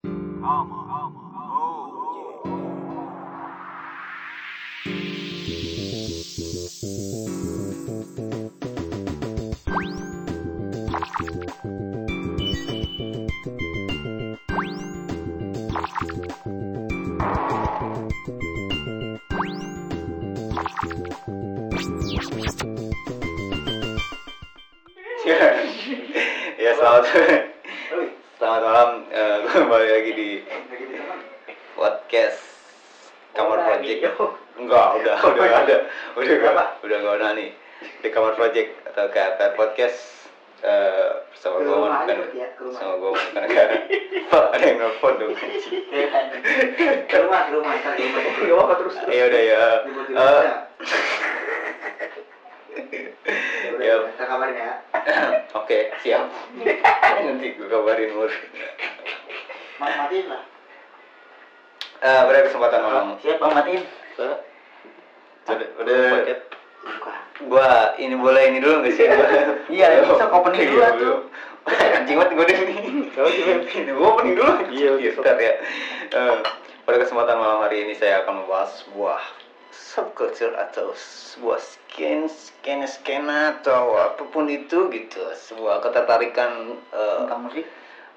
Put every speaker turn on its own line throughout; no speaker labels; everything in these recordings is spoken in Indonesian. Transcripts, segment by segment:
Oh,
ya selamat selamat malam eh, kembali lagi di podcast kamar project
gitu.
enggak udah udah nggak ada udah nggak udah nggak ada nih di kamar project atau KFR podcast eh, bersama
Ke
gue
rumah
bukan
aja, ya, ke rumah.
sama gue bukan negara Pak, ada yang nelfon Eh, dong
ke rumah ke rumah ntar ke rumah Gak apa-apa terus terus
Iya,
ya udah ya
Nyebut-nyebut
Eh,
aja. Ya udah,
ya.
kita kabarin ya
oke siap nanti gue kabarin mur
Mas matiin lah
Eh, pada kesempatan malam
siap bang matiin
udah, udah
buka
gua ini boleh ini dulu nggak sih
Iya, bisa opening dulu lah tuh.
anjing banget gua deh ini gua opening dulu
Iya,
Iya,
bisa.
bentar ya Eh, pada kesempatan malam hari ini saya akan membahas sebuah subculture atau sebuah skin skin skena atau apapun itu gitu sebuah ketertarikan eh,
tentang musik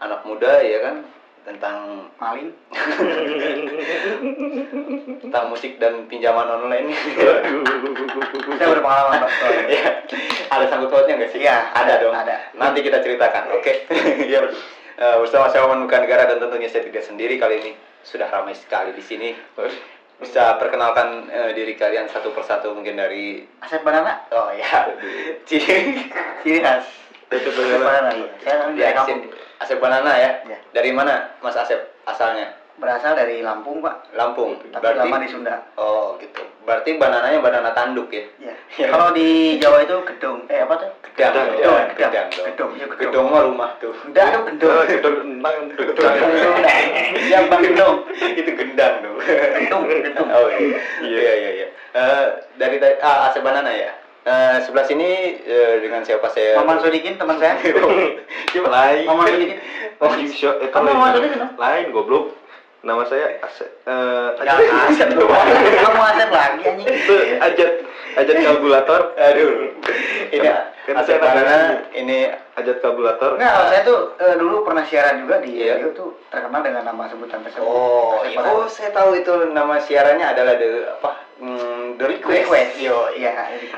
anak muda ya kan tentang
maling
tentang musik dan pinjaman online
saya berpengalaman pak soalnya.
Iya. ada sangkut pautnya nggak sih?
Iya.
ada dong.
Ada. Iya.
Nanti kita ceritakan, oke? ya. Eh, bersama saya Oman Bukan Negara dan tentunya saya tidak sendiri kali ini sudah ramai sekali di sini. Bisa perkenalkan eh, diri kalian satu persatu mungkin dari
Asep banana
oh
iya.
ya Ciri
ciri khas
Asep
Asep banana iya saya kan
ya,
dari kampung
Asep- Asep Banana ya.
Iya.
Dari mana Mas Asep asalnya?
berasal dari Lampung pak
Lampung.
tapi lama di Sunda
Oh gitu. Berarti banananya banana tanduk ya?
Iya.
Iya.
kalau di Jawa itu gedung eh apa tuh
Gedang,
gedung
gedang,
gedung
gedang,
gedung gedung ya,
gedung.
gedung
mah rumah tuh.
enggak itu gedung Gedung.
yang bang Gendong itu gendang tuh
Gendong, gendong.
oh iya iya iya, iya. Eh, dari tadi ah, Asep Banana ya Eh, sebelah sini eh, dengan siapa saya
Maman Sodikin teman saya
Iya. Coba
lain
Maman Sodikin
Oh, iya,
anjing show eh,
Kamu
kalau lain.
Maman Sodikin,
lain goblok nama saya Asep eh
ya Asep tuh kamu Asep lagi anjing
Itu ajat ajat kalkulator
aduh ini
Kan
Asep
saya tanya
Banana
dulu.
ini
ajat kalkulator
Enggak, kalau saya tuh eh, dulu pernah siaran juga di
Iya.
radio tuh terkenal dengan nama sebutan
Nah.
tersebut.
oh
Asep
iya.
Banana.
oh saya tahu itu nama siarannya adalah the apa hmm, the request,
request yo iya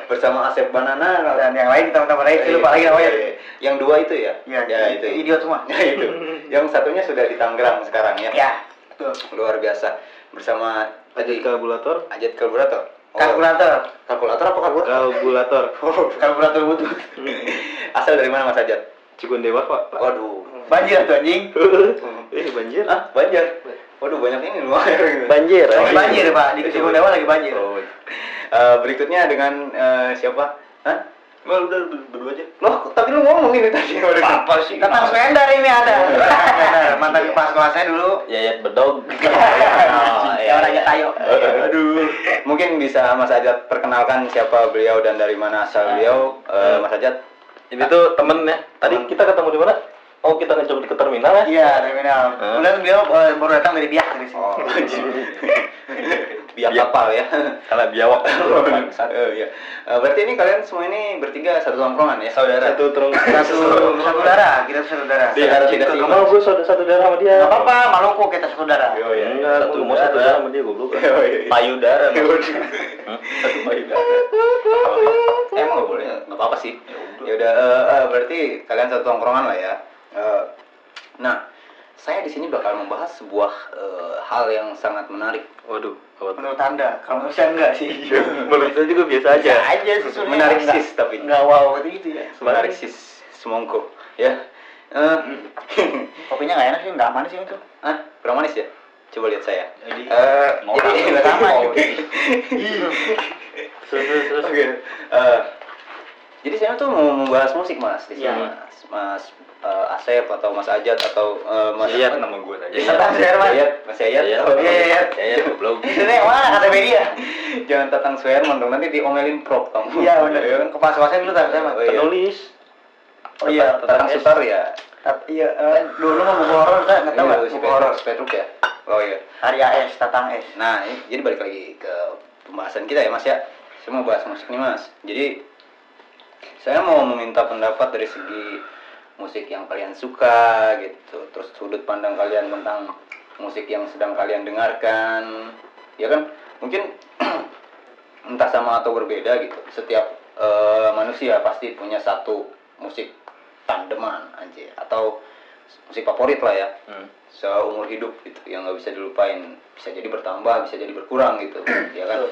bersama Asep Banana Eh,
dan yang lain teman-teman lain lupa lagi
Iya,
namanya
yang dua itu ya
ya,
Iya, ya itu
idiot semua
Ya, itu. Yang satunya sudah di Tangerang sekarang ya.
ya betul
Luar biasa. Bersama
Iya. ajat
tadi
kalkulator
Ajat Kalkulator. Oh,
kalkulator
kalkulator apa kalkulator? Oh,
kalkulator
kalkulator butuh
Asal dari mana Mas Ajat?
Cigondewa pak
Waduh.
banjir tuh anjing
eh banjir
Ah, Banjar. Waduh, banyak ini loh.
banjir eh.
Lagi banjir pak di Cikondewa lagi banjir
Oh.
iya.
Eh, berikutnya dengan eh, siapa? Hah?
udah berdua aja
Loh, tapi lu ngomong ini tadi. Apa sih?
tentang Swendar Kan ini ada Swendar,
Iya.
mantan pas saya dulu
Yayat bedog.
Iya, yang orangnya kayu
Iya, Aduh. Mungkin bisa Mas Ajat perkenalkan siapa beliau dan dari mana asal beliau. Eh, Mas Ajat.
ini tuh temen ya tadi kita ketemu di mana oh kita ngejemput ke terminal ya
iya
Ah.
terminal
Hah?
kemudian beliau eh, baru datang dari biak dari sini
Biar Oh, iya.
Biak.
kapal ya.
salah biawak
Eh, iya. Eh, berarti ini kalian semua ini bertiga satu tongkrongan ya saudara.
satu terung
satu satu darah kita tuh satu darah
Iya.
saudara tidak
Ke
sih
kamar
gue satu satu darah sama dia
nggak apa-apa Maluku kita satu darah
Yo,
Oh,
iya.
iya. Enggak, satu mau satu darah sama dia goblok.
Oh, iya.
Payudara.
Yo,
Mas.
iya.
Satu payudara.
Emang nggak Eh, boleh, nggak apa-apa sih. Ya udah, eh, eh, berarti kalian satu tongkrongan lah ya. Eh, nah, saya di sini bakal membahas sebuah eh, hal yang sangat menarik.
Waduh, apa
menurut anda kalau menurut saya enggak sih
Menurut saya juga biasa aja.
Bisa aja susunya
Menarik
enggak-
sis, tapi.
enggak wow gitu gitu ya
Menarik sis, semongko, ya. Eh,
Hmm.
kopinya nggak enak sih nggak manis sih itu
ah, kurang manis ya? Coba lihat saya.
Jadi,
Eh,
mau
jadi
orang
sama.
mau. Terus terus terus.
Oke. Eh, jadi saya tuh mau membahas musik mas di sini,
Iya.
mas, mas eh, Asep atau Mas Ajat atau eh, Mas
Yayat nama gue tadi.
Yayat.
Iya. Mas Herman.
Yayat, Mas Yayat.
Yayat.
Oh,
Iya, iya,
Yayat.
Ya ya goblok.
ini yang mana kata media
Jangan tatang Suherman dong, nanti diomelin prop kamu.
iya benar
Iya kan?
kepas kepasnya dulu tadi sama
Oh, iya.
Penulis.
Oh iya,
Tatang
tatang
S.
sutar ya.
Tapi iya, eh, dulu mah buku horor saya nggak tahu
Ini
nggak
lu si
buku horor.
Facebook ya oh iya
Karya S, Tatang S.
Nah, ini- jadi balik lagi ke pembahasan kita ya, Mas ya. Saya mau bahas musik nih, Mas. Jadi saya mau meminta pendapat dari segi musik yang kalian suka gitu, terus sudut pandang kalian tentang musik yang sedang kalian dengarkan. Ya kan? Mungkin entah sama atau berbeda gitu. Setiap eh, manusia pasti punya satu musik tandeman anjir atau musik favorit lah ya
Hmm.
seumur hidup gitu yang nggak bisa dilupain bisa jadi bertambah bisa jadi berkurang gitu ya kan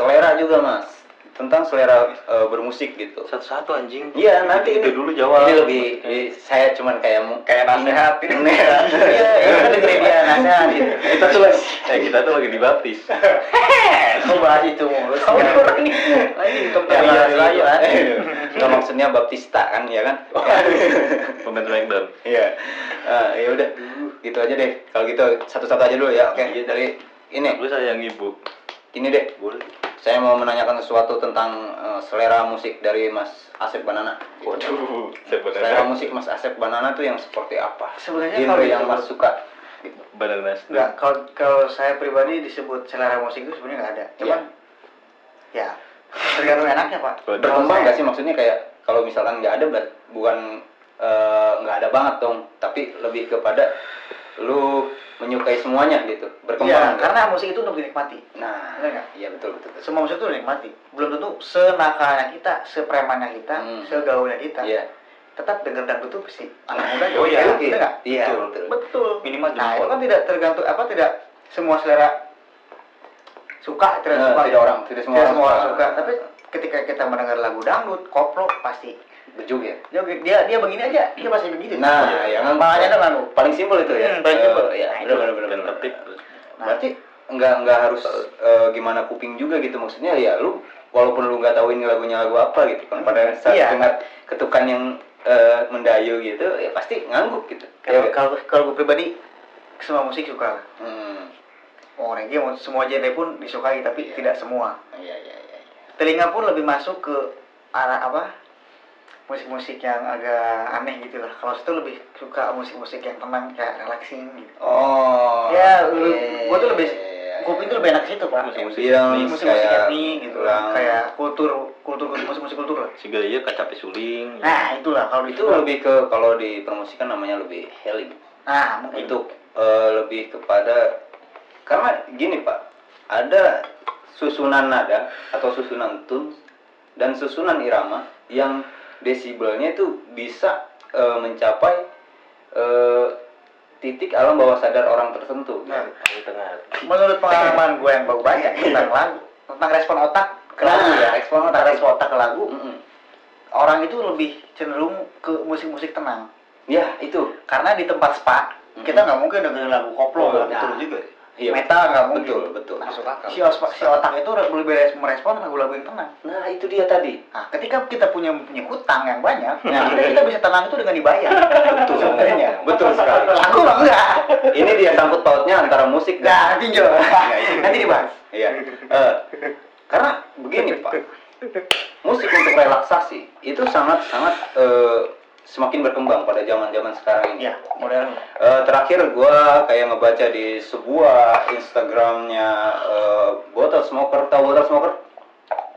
selera juga mas tentang selera eh, bermusik gitu
Satu-satu anjing.
Iya, nanti
Itu
ini-
dulu jawab.
ini lebih ini saya cuman kayak mu- kayak nasihat ini
Iya, itu kan dengerin dia nasihat gitu.
kita tuh lagi eh kita tuh lagi dibaptis.
Kok bahas itu mulu sih? Lagi di
Ya,
kembali
mas,
lagi
gitu.
lah.
Nggak, maksudnya Baptista kan ya kan
Pembantu McDonald.
Iya. Eh, ya udah, gitu aja deh. Kalau gitu satu-satu aja dulu ya. Oke,
Iya,
dari ini
Gue sayang ibu.
ini deh.
Boleh.
Saya mau menanyakan sesuatu tentang eh, selera musik dari Mas Asep Banana.
Waduh.
Selera
Sebenarnya
musik Mas Asep Banana tuh yang seperti apa?
Sebenarnya
Genre
kalau
yang
disebut-
Mas suka.
badan nasdem.
Nggak, kalau kalau saya pribadi disebut selera musik itu sebenarnya nggak ada. Cuman ya tergantung enaknya pak.
Waduh.
Kalau
Berkembang
saya-
nggak sih maksudnya kayak kalau misalkan nggak ada berat, bukan eh, nggak ada banget dong, tapi lebih kepada lu menyukai semuanya gitu.
Iya,
Berkembang. nggak?
karena musik itu untuk dinikmati.
nah,
Bener nggak?
iya betul betul. betul.
Semua musik itu dinikmati. Belum tentu senakalnya kita, sepremannya kita,
Hmm.
segaulnya kita.
Iya.
Tetap denger dangdut tuh pasti anak muda juga
Oh iya,
bener nggak?
iya,
Betul.
betul.
Betul.
Minimal
Nah,
jempol.
itu kan tidak tergantung apa tidak semua selera suka tidak
Eh,
suka
tidak orang, tidak semua
tidak
orang
semua orang
suka.
suka tapi ketika kita mendengar lagu dangdut koplo pasti
Bejuk ya.
dia dia, dia begini aja dia pasti begitu
Nah, ya kan
makanya dengan lu
paling simpel itu ya.
Iya. Hmm, paling simpel.
Eh, Iya,
Nah,
benar benar benar.
Kan
benar.
tertib.
Berarti nggak nggak harus eh, gimana kuping juga gitu maksudnya ya lu walaupun lu nggak tahu ini lagunya lagu apa gitu kan pada saat
Iya.
dengar ketukan yang eh, mendayu gitu ya pasti ngangguk gitu.
kalau
Iya nggak?
kalau kalau gue pribadi semua musik suka
Hmm.
mau reggae mau semua genre pun disukai tapi
Iya.
tidak semua
Iya iya iya. iya.
telinga pun lebih masuk ke arah apa musik-musik yang agak aneh gitu lah kalau itu lebih suka musik-musik yang tenang kayak relaxing gitu
Oh.
ya
iya,
lu- gua tuh lebih
iya, iya,
kuping
iya.
tuh lebih enak ke situ pak
Musik-musik
Ambience,
Ini musik-musik
kayak
etnik gitu
ulang.
lah kayak kultur kultur kultur- musik-musik kultur lah
Si gaya kacape iya, suling.
nah itulah kalau
itu
itu
lebih ke kalau di permusikan namanya lebih healing.
nah mungkin
untuk eh, lebih kepada karena gini pak ada susunan nada atau susunan tun dan susunan irama yang desibelnya itu bisa eh, mencapai eh, titik alam bawah sadar orang tertentu
Nah.
Di tengah.
menurut pengalaman gue yang baru banyak tentang lagu tentang respon otak ke
Nah,
lagu ya
respon otak.
tentang respon otak ke lagu
Mm-mm.
orang itu lebih cenderung ke musik-musik tenang
ya itu
karena di tempat spa kita nggak mungkin dengerin lagu koplo
Oh,
nggak
betul
mungkin.
juga.
Iya,
metal nggak mungkin
betul betul
Masuk
betul.
akal. si, os- si otak itu lebih beres- merespon lagu-lagu yang tenang
nah itu dia tadi
nah ketika kita punya punya hutang yang banyak
Nah.
kita, kita bisa tenang itu dengan dibayar
betul
sebenarnya
betul sekali
aku mah enggak
ini dia sangkut pautnya antara musik dan
nah pinjol nanti dibahas
Iya. Eh, karena begini Pak, musik untuk relaksasi itu sangat-sangat eh, semakin berkembang pada zaman-zaman sekarang ini.
ya modern
Eh, terakhir gua kayak ngebaca di sebuah Instagramnya eh, Bottle Smoker, tahu Bottle Smoker?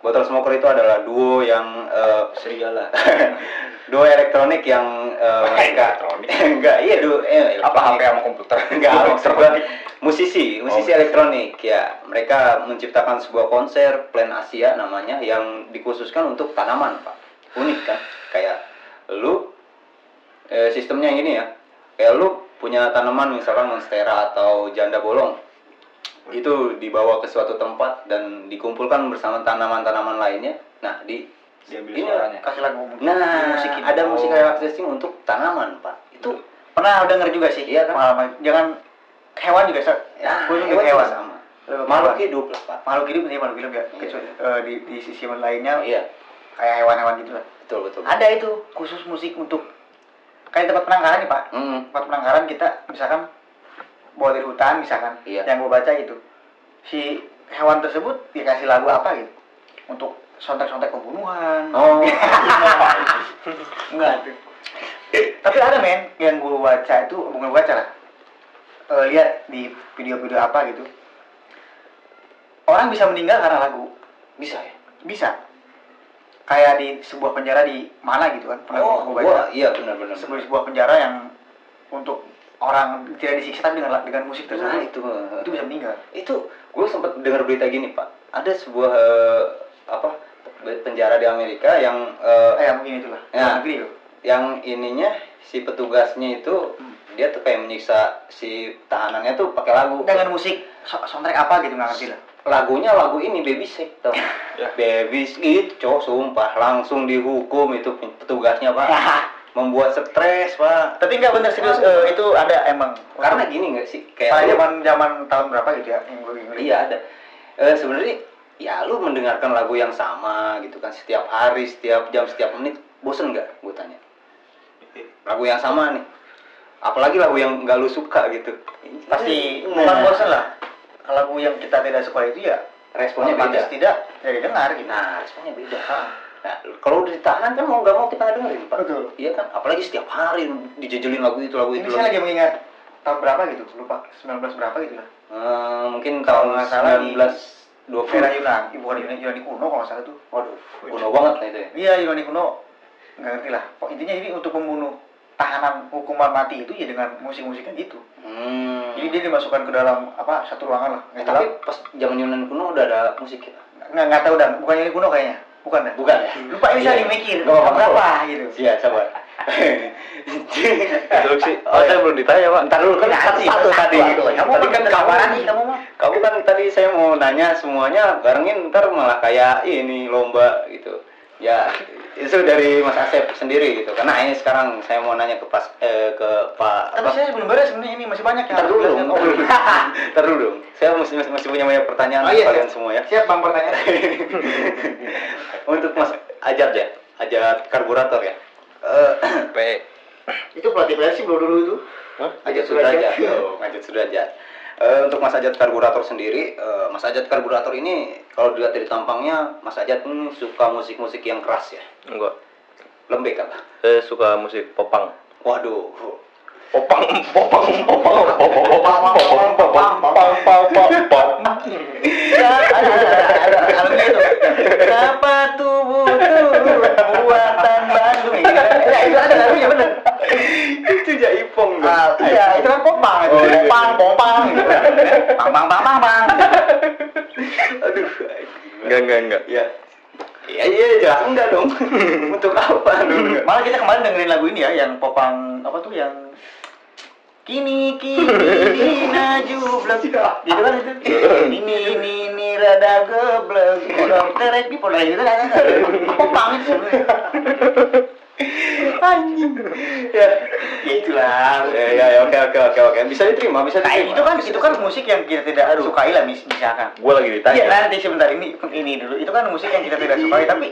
Bottle Smoker itu adalah duo yang eh,
Serigala.
duo elektronik yang eh, mereka enggak iya duo eh, elektronik.
sama komputer?
Enggak, maksud gua musisi, musisi elektronik ya. Mereka menciptakan sebuah konser Plan Asia namanya yang dikhususkan untuk tanaman, Pak. Unik kan? Kayak lu eh, sistemnya ini ya. Kayak lu punya tanaman misalkan monstera atau janda bolong. Itu dibawa ke suatu tempat dan dikumpulkan bersama tanaman-tanaman lainnya. Nah, di
Diambil
ini
suaranya.
kasih lagu
Nah,
musikin.
ada musik
Oh.
relaxing untuk tanaman, Pak. Itu
pernah denger juga sih
Iya kan?
pengalaman jangan hewan juga sih
ya,
khusus
hewan
hewan, hewan.
juga sama.
Lebih ke
Makhluk
hewan.
hidup lah, Pak.
makhluk hidup sih makhluk hidup ya
Iya.
kecuali eh, di, di sisi lainnya
Iya.
kayak hewan-hewan gitu lah
betul betul
ada itu khusus musik untuk kayak tempat penangkaran nih pak
Hmm,
tempat penangkaran kita misalkan bawa dari hutan misalkan
Iya.
yang gue baca gitu si hewan tersebut dikasih lagu apa gitu untuk sontak-sontak pembunuhan
oh
enggak tuh tapi ada men yang gue baca itu bukan gua baca lah Eh, lihat di video-video apa gitu orang bisa meninggal karena lagu
bisa ya
bisa kayak di sebuah penjara di mana gitu kan pernah
oh
gua baca
gua iya benar-benar
sebuah sebuah penjara yang untuk orang tidak disiksa tapi dengan dengan musik
nah
tersebut
itu eh,
itu bisa meninggal
itu gue sempat dengar berita gini pak ada sebuah eh, apa penjara di Amerika yang eh,
eh, ya mungkin itulah
Ya.
negeri loh
yang ininya si petugasnya itu
Hmm.
dia tuh kayak menyiksa si tahanannya tuh pakai lagu
dengan musik so- soundtrack apa gitu nggak ngerti lah
lagunya lagu ini baby sick tuh
Ya.
baby Sick, cowok sumpah langsung dihukum itu petugasnya pak membuat stres pak
tapi nggak bener serius eh, itu ada emang
karena gini nggak sih
pada
kayak lu-
zaman zaman tahun berapa gitu ya yang gue ngeliat.
iya ada Eh, sebenarnya ya lu mendengarkan lagu yang sama gitu kan setiap hari setiap jam setiap menit bosen nggak gue tanya lagu yang sama nih apalagi lagu yang nggak lu suka gitu
pasti
Nah.
Iya, bukan bosan lah lagu yang kita tidak suka itu ya
responnya beda
otomatis tidak tidak didengar gitu
Nah, responnya beda. Nah, kalau udah ditahan kan mau nggak mau kita nggak dengerin, Pak.
Betul.
Iya kan? Apalagi setiap hari dijejelin lagu itu, lagu
ini
itu.
saya
Lagu.
lagi mengingat tahun berapa gitu lupa 19 berapa gitu lah
Eh, mungkin
Kalau
tahun
nggak salah di-
1920.
era Yunani ibu Yunani, Yunani kuno kalau nggak salah tuh
Waduh, kuno banget lah itu ya.
iya Yunani kuno nggak ngerti lah Pok- intinya ini untuk membunuh tahanan hukuman mati itu ya dengan musik-musikan itu
Hmm.
jadi dia dimasukkan ke dalam apa satu ruangan lah
Eh,
nggak
tapi
tahu
pas zaman Yunan kuno udah ada musik ya?
nggak nggak tahu dan bukan Yunani kuno kayaknya bukan dah
Bukan ya?
lupa ini
Iya.
saya mikir
Nggak apa-apa.
berapa gitu
Iya, coba.
Instruksi. Oh, saya belum ditanya, Pak.
iya. Ntar dulu kan
Iya,
satu,
sih,
satu
satu,
tadi.
satu. Kamu
Tadi
bener
kamu- kan
kabaran nih, kamu mah.
Kamu kan tadi saya mau nanya semuanya barengin ntar malah kayak ini lomba gitu. Ya itu dari Mas Asep sendiri gitu. Karena ini sekarang saya mau nanya ke pas eh, ke Pak.
tapi
apa?
saya belum beres sebenarnya ini masih banyak yang
Ntar dulu
harus
dong. Ntar
dijelaskan. Oh,
dulu.
belum.
Ntar dulu dong. Saya masih masih, masih punya banyak pertanyaan
Oh,
untuk
iya,
kalian
siap.
semua ya.
Siap bang pertanyaan.
Untuk Mas Ajat ya, Ajat karburator ya. Eh,
P.
itu pelatih PSI belum dulu itu.
Ajat
Ajat
Sudrajat.
Sudrajat.
Oh, Ajat Sudrajat. Eh, untuk Mas Ajat Karburator sendiri, eh, Mas Ajat Karburator ini kalau dilihat dari tampangnya, Mas Ajat ini suka musik-musik yang keras ya.
Enggak.
Lembek apa?
Saya suka musik popang.
Waduh.
Popang, popang, popang, popang, popang, popang, popang, popang, popang, popang.
Ya, ada ada ada ada alumni itu. Kenapa tubuhku buatan Bandung ya? gitu kan. Ya itu ada lagunya bener.
itu jaipong dong.
Ah, iya, itu kan popang, itu
Oh, iya.
popang, popang, gitu kan. Bang, bang, bang, bang, bang.
Aduh.
Enggak, enggak, enggak.
Ya. Iya, iya, jelas enggak dong. untuk apa dong?
Malah kita kemarin dengerin lagu ini ya, yang popang apa tuh yang Kini kini na jublek Gitu kan itu Ini ini ini rada geblek Kodok terek di podok gitu kan Popang itu sebenarnya.
ya.
Ya itulah
Ya, ya, ya, oke, oke, oke, oke. Bisa diterima, bisa
Nah,
diterima.
itu kan itu kan musik yang kita tidak sukai lah mis misalkan.
Gue lagi ditanya.
Iya nanti sebentar ini ini dulu itu kan musik yang kita tidak sukai tapi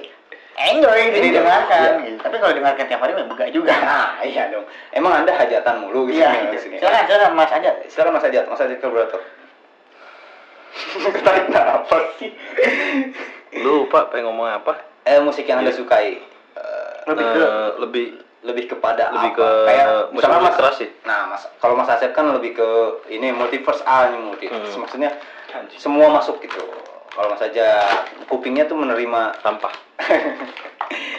enjoy
Iya. Enjoy,
jadi dengarkan.
iya.
Tapi kalau dengarkan tiap hari memang enggak juga.
Nah, iya dong. Emang Anda hajatan mulu gitu
Iya.
ya, di sini.
Silakan silakan Mas aja.
Silakan Mas Ajat, Mas Ajat karburator. Ketarik apa sih?
Lupa pengen ngomong apa?
Eh musik yang Anda sukai. Eh,
Lebih
Eh,
ke
Iya. lebih
lebih kepada
Lebih
apa?
ke
kayak
musik-musik
misalkan mas
keras sih.
nah mas kalau mas Asep kan lebih ke ini multiverse A nih multiverse
Hmm.
maksudnya semua masuk gitu kalau mas aja kupingnya tuh menerima
sampah.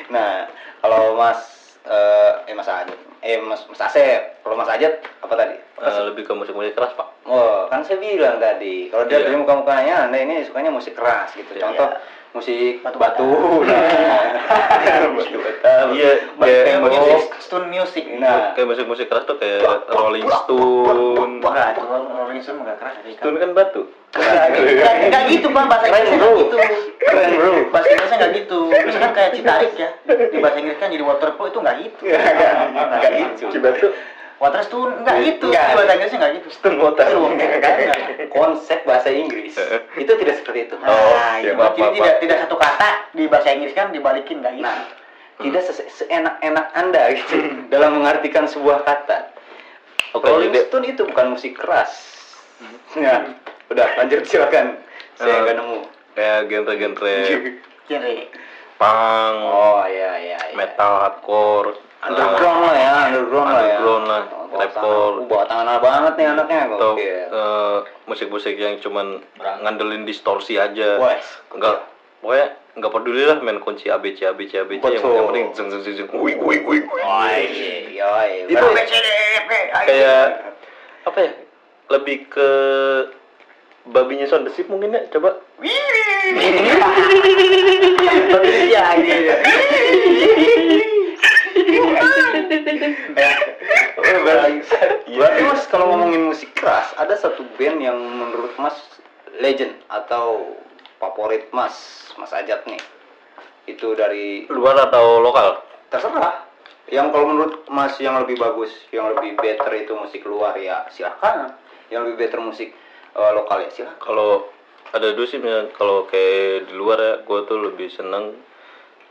nah kalau mas eh eh, mas Ajat eh mas mas Asep kalau mas Ajat apa tadi Apa
Eh,
sih?
lebih ke musik-musik keras, Pak.
Oh, kan saya bilang tadi, kalau dia
Iya.
dari muka-mukanya, anda ini sukanya musik keras gitu.
Iya.
Contoh musik
Batu
batu, nah. batu bata,
Iya, iya,
batu
emang
musik.
musik.
Stone music.
Nah,
Kayak musik-musik keras tuh kayak Rolling Stone.
Enggak, itu Rolling Stone enggak keras ya.
Stone kan batu.
Enggak enggak gitu Bang bahasa
Keren,
Inggrisnya
bro.
enggak gitu.
Keren, bro.
Bahasa Inggrisnya enggak gitu. Misalkan kayak Citarik ya. Di bahasa Inggris kan jadi waterfall itu enggak gitu.
Iya, nggak gitu. itu.
Cibatu.
Waterstone enggak gitu. Di
Enggak.
bahasa Inggrisnya enggak gitu.
Stone water.
Konsep bahasa Inggris itu tidak seperti itu.
Oh,
Nah,
iya,
itu
maaf,
jadi
maaf,
tidak
maaf.
tidak satu kata di bahasa Inggris kan dibalikin enggak gitu.
Nah, tidak se- seenak-enak anda gitu dalam mengartikan sebuah kata.
Hmm. Oke,
Rolling
jadi Hmm.
Stone itu bukan musik keras. Ya, udah lanjut silakan. Saya
Eh.
nggak nemu.
kayak
gitu.
genre-genre
Genre.
punk,
Oh iya iya. iya.
metal hardcore,
underground lah ya underground lah ya
Underground lah,
Bawa
rapper.
tangan- bawa tangan banget nih anaknya
atau
gokil
eh, musik-musik yang cuman
Berangkat.
ngandelin distorsi aja
Wes,
enggak pokoknya enggak peduli lah main kunci ABC ABC ABC yang,
Betul.
yang penting jeng jeng jeng jeng wui, wui, wui, wui.
Yoi, yoi.
Itu ya.
Berarti- BCDEP, ayo.
kayak apa ya lebih ke babinya sound the Sheep mungkin ya coba
Tapi iya, iya, iya.
Iya.
Berarti Mas kalau ngomongin musik keras, ada satu band yang menurut Mas legend atau favorit Mas, Mas Ajat nih. Itu dari
luar atau lokal
terserah. Yang kalau menurut Mas yang lebih bagus, yang lebih better itu musik luar ya silakan. Yang lebih better musik eh, lokal ya silakan.
kalau ada dua sih misalnya kalau kayak di luar ya gue tuh lebih seneng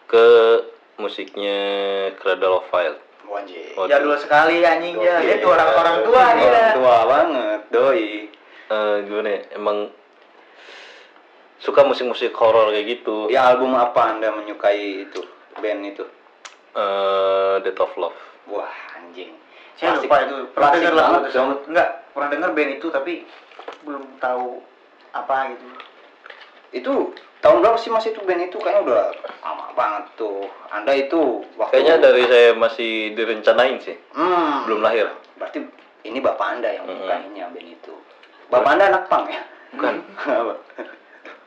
ke musiknya Cradle of Fire
Wanji.
Waduh.
Jadul sekali anjing ya. Dia tuh orang orang tua nih.
Oh, Orang
ya.
tua banget, doi.
Eh, gimana ya, emang suka musik-musik horor kayak gitu
Ya album apa Anda menyukai itu band itu?
Eh, Death of Love
Wah, anjing.
Saya
Klasik-
lupa itu. Pernah
klasik
denger lagu
banget dong.
Enggak, pernah denger band itu tapi belum tahu apa gitu.
itu tahun berapa sih mas itu band itu kayaknya udah lama banget tuh anda itu waktu
kayaknya dari saya masih direncanain sih
Hmm,
belum lahir
berarti ini bapak anda yang
Mm-mm.
menyukainya band itu bapak anda anak pang ya
bukan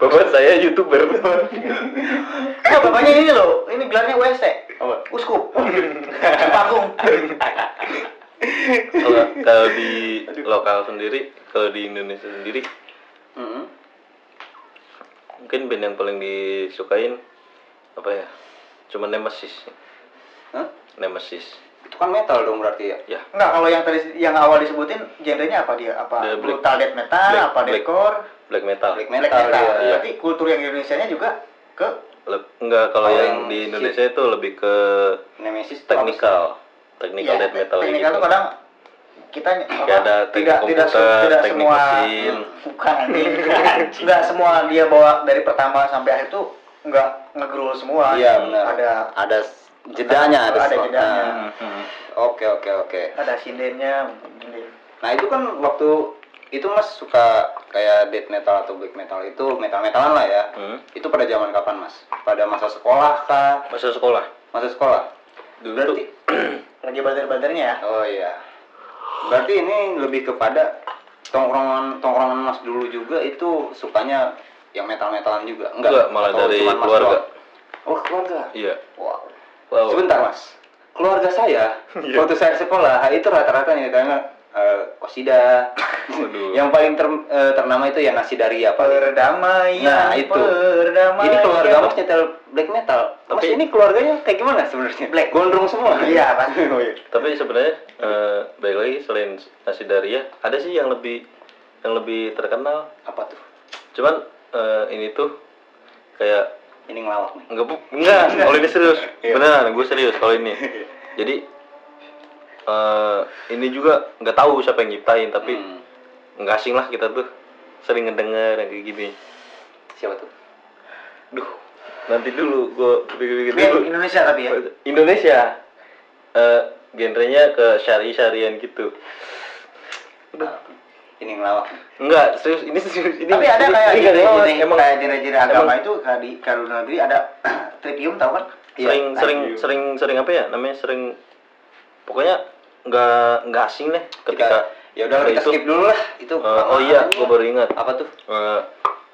bapak saya youtuber Enggak,
Oh, bapaknya ini loh. Ini gelarnya WC.
Apa?
Uskup. Panggung.
kalau di lokal sendiri kalau di Indonesia sendiri
Mm-mm.
mungkin band yang paling disukain apa ya cuman Nemesis
Hah?
Nemesis
itu kan metal dong berarti ya
ya
Enggak, kalau yang tadi yang awal disebutin genrenya apa dia?
Dia
Apa
black-
brutal death metal,
black-
apa
black-
deathcore,
black metal
black
black
metal,
metal.
dia
iya.
Berarti kultur yang Indonesia-nya juga ke
Le- enggak kalau
Kalau
yang
yang
di
shit.
Indonesia itu lebih ke
nemesis tuh apa sih?
technical technical
Iya,
death metal kayak
Teknikal
gitu.
tuh kadang kita apa,
ada teknik
tidak tidak se-
komputer,
tidak
teknik
semua
mesin. Iya.
bukan anjing. nggak semua dia bawa dari pertama sampai akhir tuh nggak ngegrul semua
iya benar
ada
ada s- jedanya ada,
Ada
slot.
jedanya.
Nah, oke oke oke
ada sindennya mungkin.
nah itu kan waktu itu mas suka kayak death metal atau black metal itu metal metalan lah ya
Hmm.
itu pada zaman kapan mas pada masa sekolah kah
masa sekolah
masa sekolah
dulu tuh
berarti
lagi bader-badernya ya
Oh iya. Berarti ini lebih kepada tongkrongan tongkrongan Mas dulu juga itu sukanya yang metal-metalan juga. Enggak,
Enggak, malah
Atau
dari
cuman Mas
keluarga.
doang? Oh, keluarga.
iya
Wow.
wow
Sebentar, Mas. Keluarga saya
Iya.
waktu saya sekolah itu rata-rata nyetelnya eh Kosida.
Waduh.
yang paling ter- eh, ternama itu ya Nasi Daria paling.
berdamai
Nah, itu.
berdamai
Ini keluarga Mas nyetel black metal. Tapi
ya, Tapi-
ini keluarganya kayak gimana sebenarnya? Black gondrong semua.
Iya, pasti.
Oh, iya.
tapi sebenarnya eh balik lagi selain nasi daria ada sih yang lebih yang lebih terkenal
Apa tuh?
cuman eh, ini tuh kayak
Ini ngelawak nih.
enggak bu- enggak kalau ini serius
Iya.
beneran gue serius kalau ini jadi eh ini juga nggak tahu siapa yang nyiptain tapi
Hmm.
nggak asing lah kita tuh sering ngedenger yang kayak gini
Siapa tuh?
duh nanti dulu gue pikir-pikir
Iya,
Band
dulu
Indonesia tapi ya
Indonesia eh genrenya ke syari-syarian gitu
Ini ngelawak.
enggak serius ini serius ini
tapi ada
ini-
kayak
gitu,
ini nggak ada yang
jere-jere
emang
Iya,
kayak jere-jere agama itu kalau di kalau di luar negeri ada trivium tau kan
sering
Iya,
sering
lanjut.
sering sering apa ya namanya sering pokoknya nggak nggak asing deh ketika
kita, ya udah
ketika
kita
itu,
skip dulu lah itu
eh, oh iya
apaan
gue
ya?
baru ingat
apa tuh
Eh,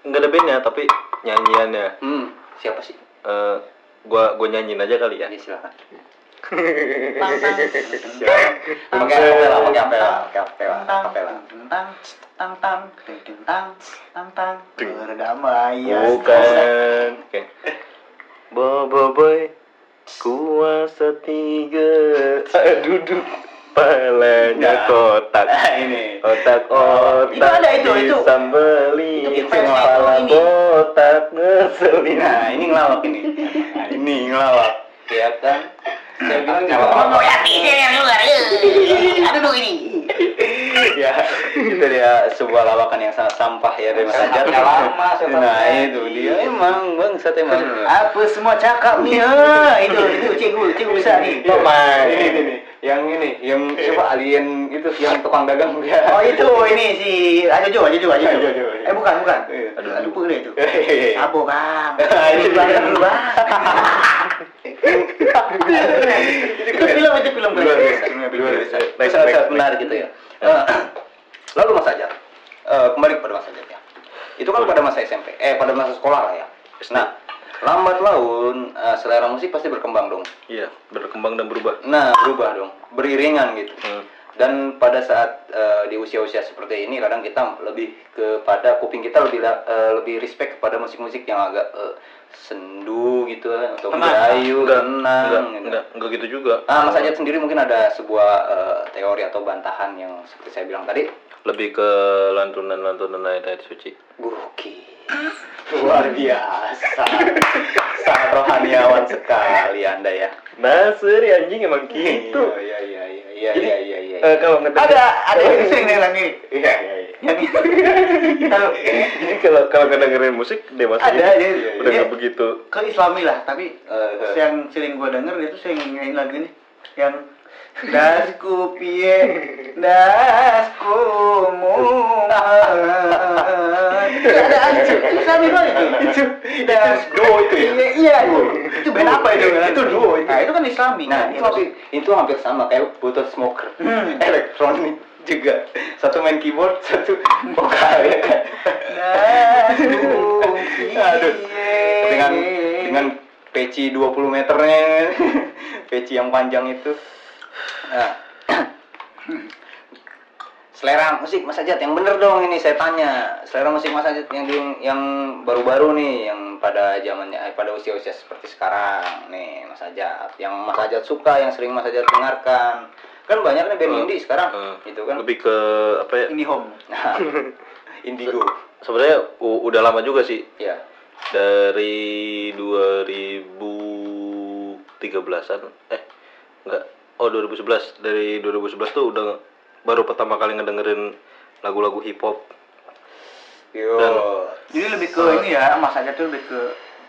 nggak ada bandnya tapi nyanyiannya
hmm siapa sih
Eh, gua gua nyanyiin aja kali ya
ya silakan pakai apela pakai apela pakai apela apela
tentang tang tang teng tang tang tang berdamai
Iya.
ya
bukan oke Bobo boy kuasa tiga Eh, duduk
Nah.
palanya kotak
ini
otak otak
Itu ada, itu, itu.
disambelin
Itu kita
kepala
ini.
botak ngeselin
nah ini ngelawak ini ini ngelawak ya kan saya bilang nggak apa-apa
Ngomong yakin dia yang luar. Aduh ini.
ya itu dia sebuah lawakan yang sangat sampah ya dari Mas Anjar
Sampahnya lama, sampahnya.
nah itu dia emang bangsat emang Ah,
Apa semua cakap ni? Ha, itu itu cikgu, cikgu besar ni.
Iya, ini ini ini. yang ini yang siapa alien itu yang tukang dagang dia
Oh itu ini si ah, Ajojo, Ajojo, Ajojo.
Ajojo, iya.
Eh bukan, bukan.
Iya.
Aduh, lupa dia itu.
Eh. Hehehe.
Sabo bang.
Iya.
Itu bang dulu bang. Itu film itu film
luar biasa luar biasa baik sangat sangat menarik gitu ya Eh, lalu Mas Ajar eh, kembali kepada Mas Ajar ya itu kan pada masa SMP eh pada masa sekolah lah ya nah lambat laun eh, selera musik pasti berkembang dong
Iya, berkembang dan berubah.
nah berubah dong beriringan gitu
Hmm.
dan pada saat eh, di usia-usia seperti ini kadang kita lebih kepada kuping kita lebih la- eh, lebih respect kepada musik-musik yang agak eh, sendu gitu kan atau
Tenang.
merayu tenang
Enggak,
gitu.
enggak, enggak gitu juga.
Ah, Mas Ajat sendiri mungkin ada sebuah eh, teori atau bantahan yang seperti saya bilang tadi.
Lebih ke lantunan-lantunan ayat-ayat suci.
Gokil. Luar biasa. Sangat rohaniawan sekali Anda ya.
Nasri ya, anjing emang gitu.
Iya, iya, iya, iya,
Jadi,
iya, iya, iya.
Eh, kalau ngedengar
Ada ada yang sering dalam ini.
Iya, iya, iya.
Yang ini. Kalau
Jadi kalau kalau ngedengerin musik dewasa
ada
gitu.
iya,
dia
udah
dia
nggak begitu
ke Islami lah, tapi
Eh, eh.
yang sering gua denger dia tuh sering nyanyiin lagu ini yang das ku pie das ku mumat ada ada itu Islami banget itu das ku
Duo itu ya?
pie iya itu itu band apa itu
Itu duo itu.
nah itu kan Islami
Nah, itu hampir, itu hampir sama kayak botol smoker.
Hmm.
Elektronik juga. Satu main keyboard, satu vokal ya kan.
das ku
Aduh.
pie
dengan dengan peci 20 meternya peci yang panjang itu nah. selera musik Mas Ajat yang bener dong ini saya tanya selera musik Mas Ajat yang di- yang baru-baru nih yang pada zamannya eh, pada usia-usia seperti sekarang nih Mas Ajat yang Mas Ajat suka yang sering Mas Ajat dengarkan kan banyak nih band
Hmm.
indie sekarang
Hmm.
gitu kan
Lebih ke apa ya?
ini home
Nah, indigo
Sebenarnya u- udah lama juga sih
ya
dari 2013-an. Eh, enggak. Oh, 2011. Dari 2011 tuh udah baru pertama kali ngedengerin lagu-lagu hip hop.
yo
Dan-
jadi lebih ke ini ya mas aja tuh lebih ke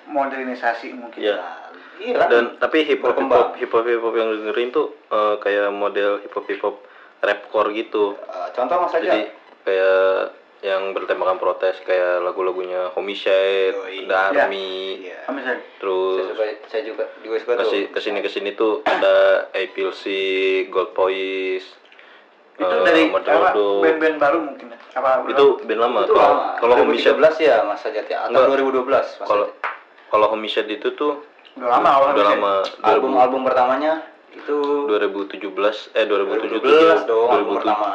modernisasi mungkin
Iya.
lah.
Iya lah.
dan tapi hip hop hip
Berkembang.
hop hip hop hip hop yang dengerin tuh eh, kayak model hip hop hip hop rapcore gitu
Eh, contoh Mas Ajat
jadi kayak yang bertemakan protes kayak lagu-lagunya Homicide,
Yoi.
The Army,
Iya.
Kami saya-
Saya
terus
juga, saya juga juga suka
kesi-
tuh.
kesini kesini tuh ada APLC, Gold Boys,
itu
eh,
dari apa
Moderado.
band-band baru mungkin ya? apa
itu band lama.
Itu
Kalau-
lama.
Kalau
2013
Homicide,
ya Mas Sajat ya atau
Enggak.
2012 Mas
kalau
Sajat.
kalau Homicide itu tuh
udah lama awal
udah lama
album
2000
album pertamanya itu
2017 eh 2017
dong album
2017.
pertama.